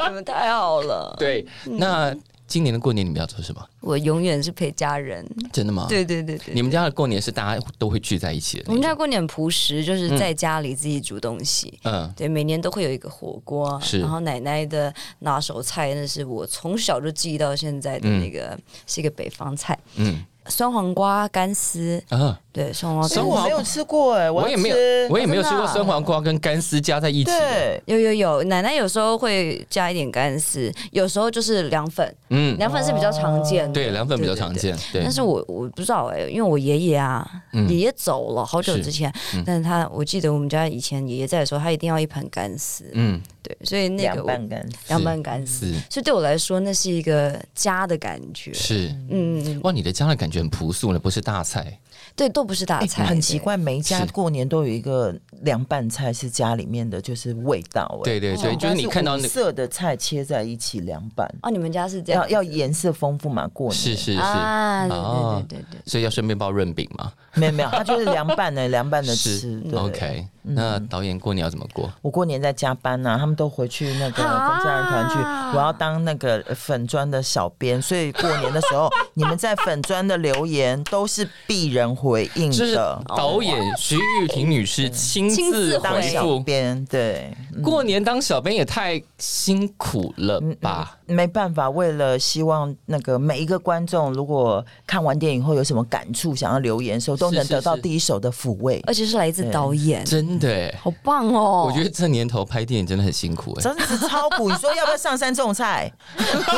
Speaker 1: 你们太好了，
Speaker 2: 对，那今年的过年你们要做什么？
Speaker 1: 我永远是陪家人，
Speaker 2: 真的吗？，
Speaker 1: 对对对对
Speaker 2: 哦你。们家的过年是大家都会聚在一起的那种。
Speaker 1: 我们家过年很朴实，就是在家里自己煮东西。
Speaker 2: 嗯，
Speaker 1: 对，每年都会有一个火锅，
Speaker 2: 是
Speaker 1: 然后奶奶的拿手菜，那是我从小就记忆到现在的那个，是一个北方菜，
Speaker 2: 嗯
Speaker 1: 酸黄瓜干丝，
Speaker 2: 啊，
Speaker 1: 对，酸黄瓜
Speaker 2: 酸
Speaker 1: 干丝
Speaker 2: 黄
Speaker 3: 我没有吃过哎，
Speaker 2: 啊我
Speaker 3: 要
Speaker 2: 也没有
Speaker 3: 吃，
Speaker 2: 我也没有吃
Speaker 1: 真的
Speaker 2: 过
Speaker 1: 啊
Speaker 2: 酸黄瓜跟干丝加在一起的。
Speaker 3: 对，
Speaker 1: 有有有，奶奶有时候会加一点干丝，有时候就是凉粉，
Speaker 2: 嗯，
Speaker 1: 凉粉是比较常见的，
Speaker 2: 对，凉粉比较常
Speaker 1: 对。对对
Speaker 2: 见。对
Speaker 1: 但，是我我不知道哎、因为我爷爷啊，
Speaker 2: 嗯
Speaker 1: 爷爷走了好久
Speaker 2: 是
Speaker 1: 之前，
Speaker 2: 嗯
Speaker 1: 但是他我记得我们家以前爷爷在的时候，他一定要一盘干丝，
Speaker 2: 嗯，
Speaker 1: 对，所以那个
Speaker 3: 凉
Speaker 1: 我
Speaker 3: 拌干。
Speaker 1: 凉拌干丝，
Speaker 2: 是
Speaker 1: 所以对我来说那是一个家的感觉，
Speaker 2: 是。
Speaker 1: 嗯，嗯嗯
Speaker 2: 哇，你的家的感觉很朴素呢，不是大菜。
Speaker 1: 对，都不是大
Speaker 3: 哎
Speaker 1: 菜，
Speaker 3: 很
Speaker 1: 对
Speaker 3: 奇，怪，每一家
Speaker 2: 是
Speaker 3: 过年都有一个凉拌菜，是家里面的就是味道哎。
Speaker 2: 对对对，
Speaker 3: 我们
Speaker 2: 就
Speaker 3: 家
Speaker 2: 是你看到那
Speaker 3: 五色的菜切在一起凉拌，
Speaker 1: 哦，你们家是这样
Speaker 3: 要要颜色丰富嘛，过年
Speaker 2: 是是是，
Speaker 1: 啊，对
Speaker 2: 哦
Speaker 1: 对对对对。
Speaker 2: 所以要顺便包润饼嘛。
Speaker 3: 没有没有，它就是凉拌的，凉 拌的吃。对
Speaker 2: OK，那导演过年要怎么过？
Speaker 3: 我过年在加班呐、他们都回去那个
Speaker 4: 啊
Speaker 3: 跟家人团聚，我要当那个粉砖的小编，所以过年的时 候，你们在粉砖的留言都是必人回应
Speaker 2: 就是
Speaker 3: 的。
Speaker 2: 导演徐玉婷女士亲
Speaker 1: 亲
Speaker 2: 自
Speaker 1: 自
Speaker 2: 回
Speaker 3: 当小
Speaker 2: 复，
Speaker 3: 编对，嗯
Speaker 2: 过年当小编也太辛苦了吧？
Speaker 3: 没办法，为了希望那个每一个观众，如果看完电影后有什么感触，想要留言的时候，都
Speaker 2: 是
Speaker 3: 能
Speaker 2: 是
Speaker 3: 得到
Speaker 2: 是
Speaker 3: 第一手的抚慰。
Speaker 1: 而且是来自导
Speaker 3: 嗯
Speaker 1: 演，
Speaker 2: 真的欸，
Speaker 4: 好棒哦！
Speaker 2: 我觉得这年头拍电影真的很辛苦哎。
Speaker 3: 真的是超补，你说要不要上山种菜？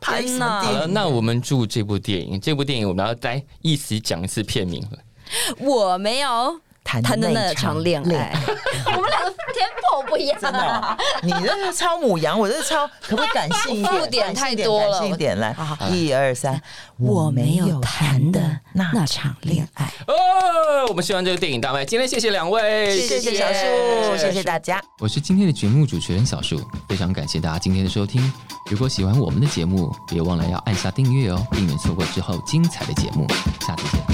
Speaker 3: 拍什么
Speaker 1: 天哪
Speaker 2: 好了，
Speaker 3: 电影？
Speaker 2: 那我们祝这部电影，这部电影我们要来一起讲一次片名了。
Speaker 1: 我没有
Speaker 3: 谈
Speaker 1: 谈的
Speaker 3: 那
Speaker 1: 那
Speaker 3: 一场
Speaker 1: 场恋
Speaker 3: 恋
Speaker 1: 爱，
Speaker 4: 我们俩的天赋不一样，
Speaker 3: 真的
Speaker 2: 啊
Speaker 3: 哦、你这是超母羊，我这是超，可不可以感性一点？
Speaker 1: 附 点
Speaker 3: 感性
Speaker 1: 太
Speaker 3: 一点
Speaker 1: 多了
Speaker 3: 感性一点来
Speaker 1: 好，
Speaker 3: 一二三，
Speaker 4: 我没有谈的那
Speaker 3: 那
Speaker 4: 场恋爱。
Speaker 2: 哦，我们希望这个电影大卖。今天谢谢两位，
Speaker 3: 谢谢小
Speaker 1: 谢
Speaker 3: 树，
Speaker 1: 谢
Speaker 3: 谢谢大家。
Speaker 2: 我是今天的节目主持人小树，非常感谢大家今天的收听。如果喜欢我们的节目，别忘了要按下订阅哦，避免错过之后精彩的节目。下次见。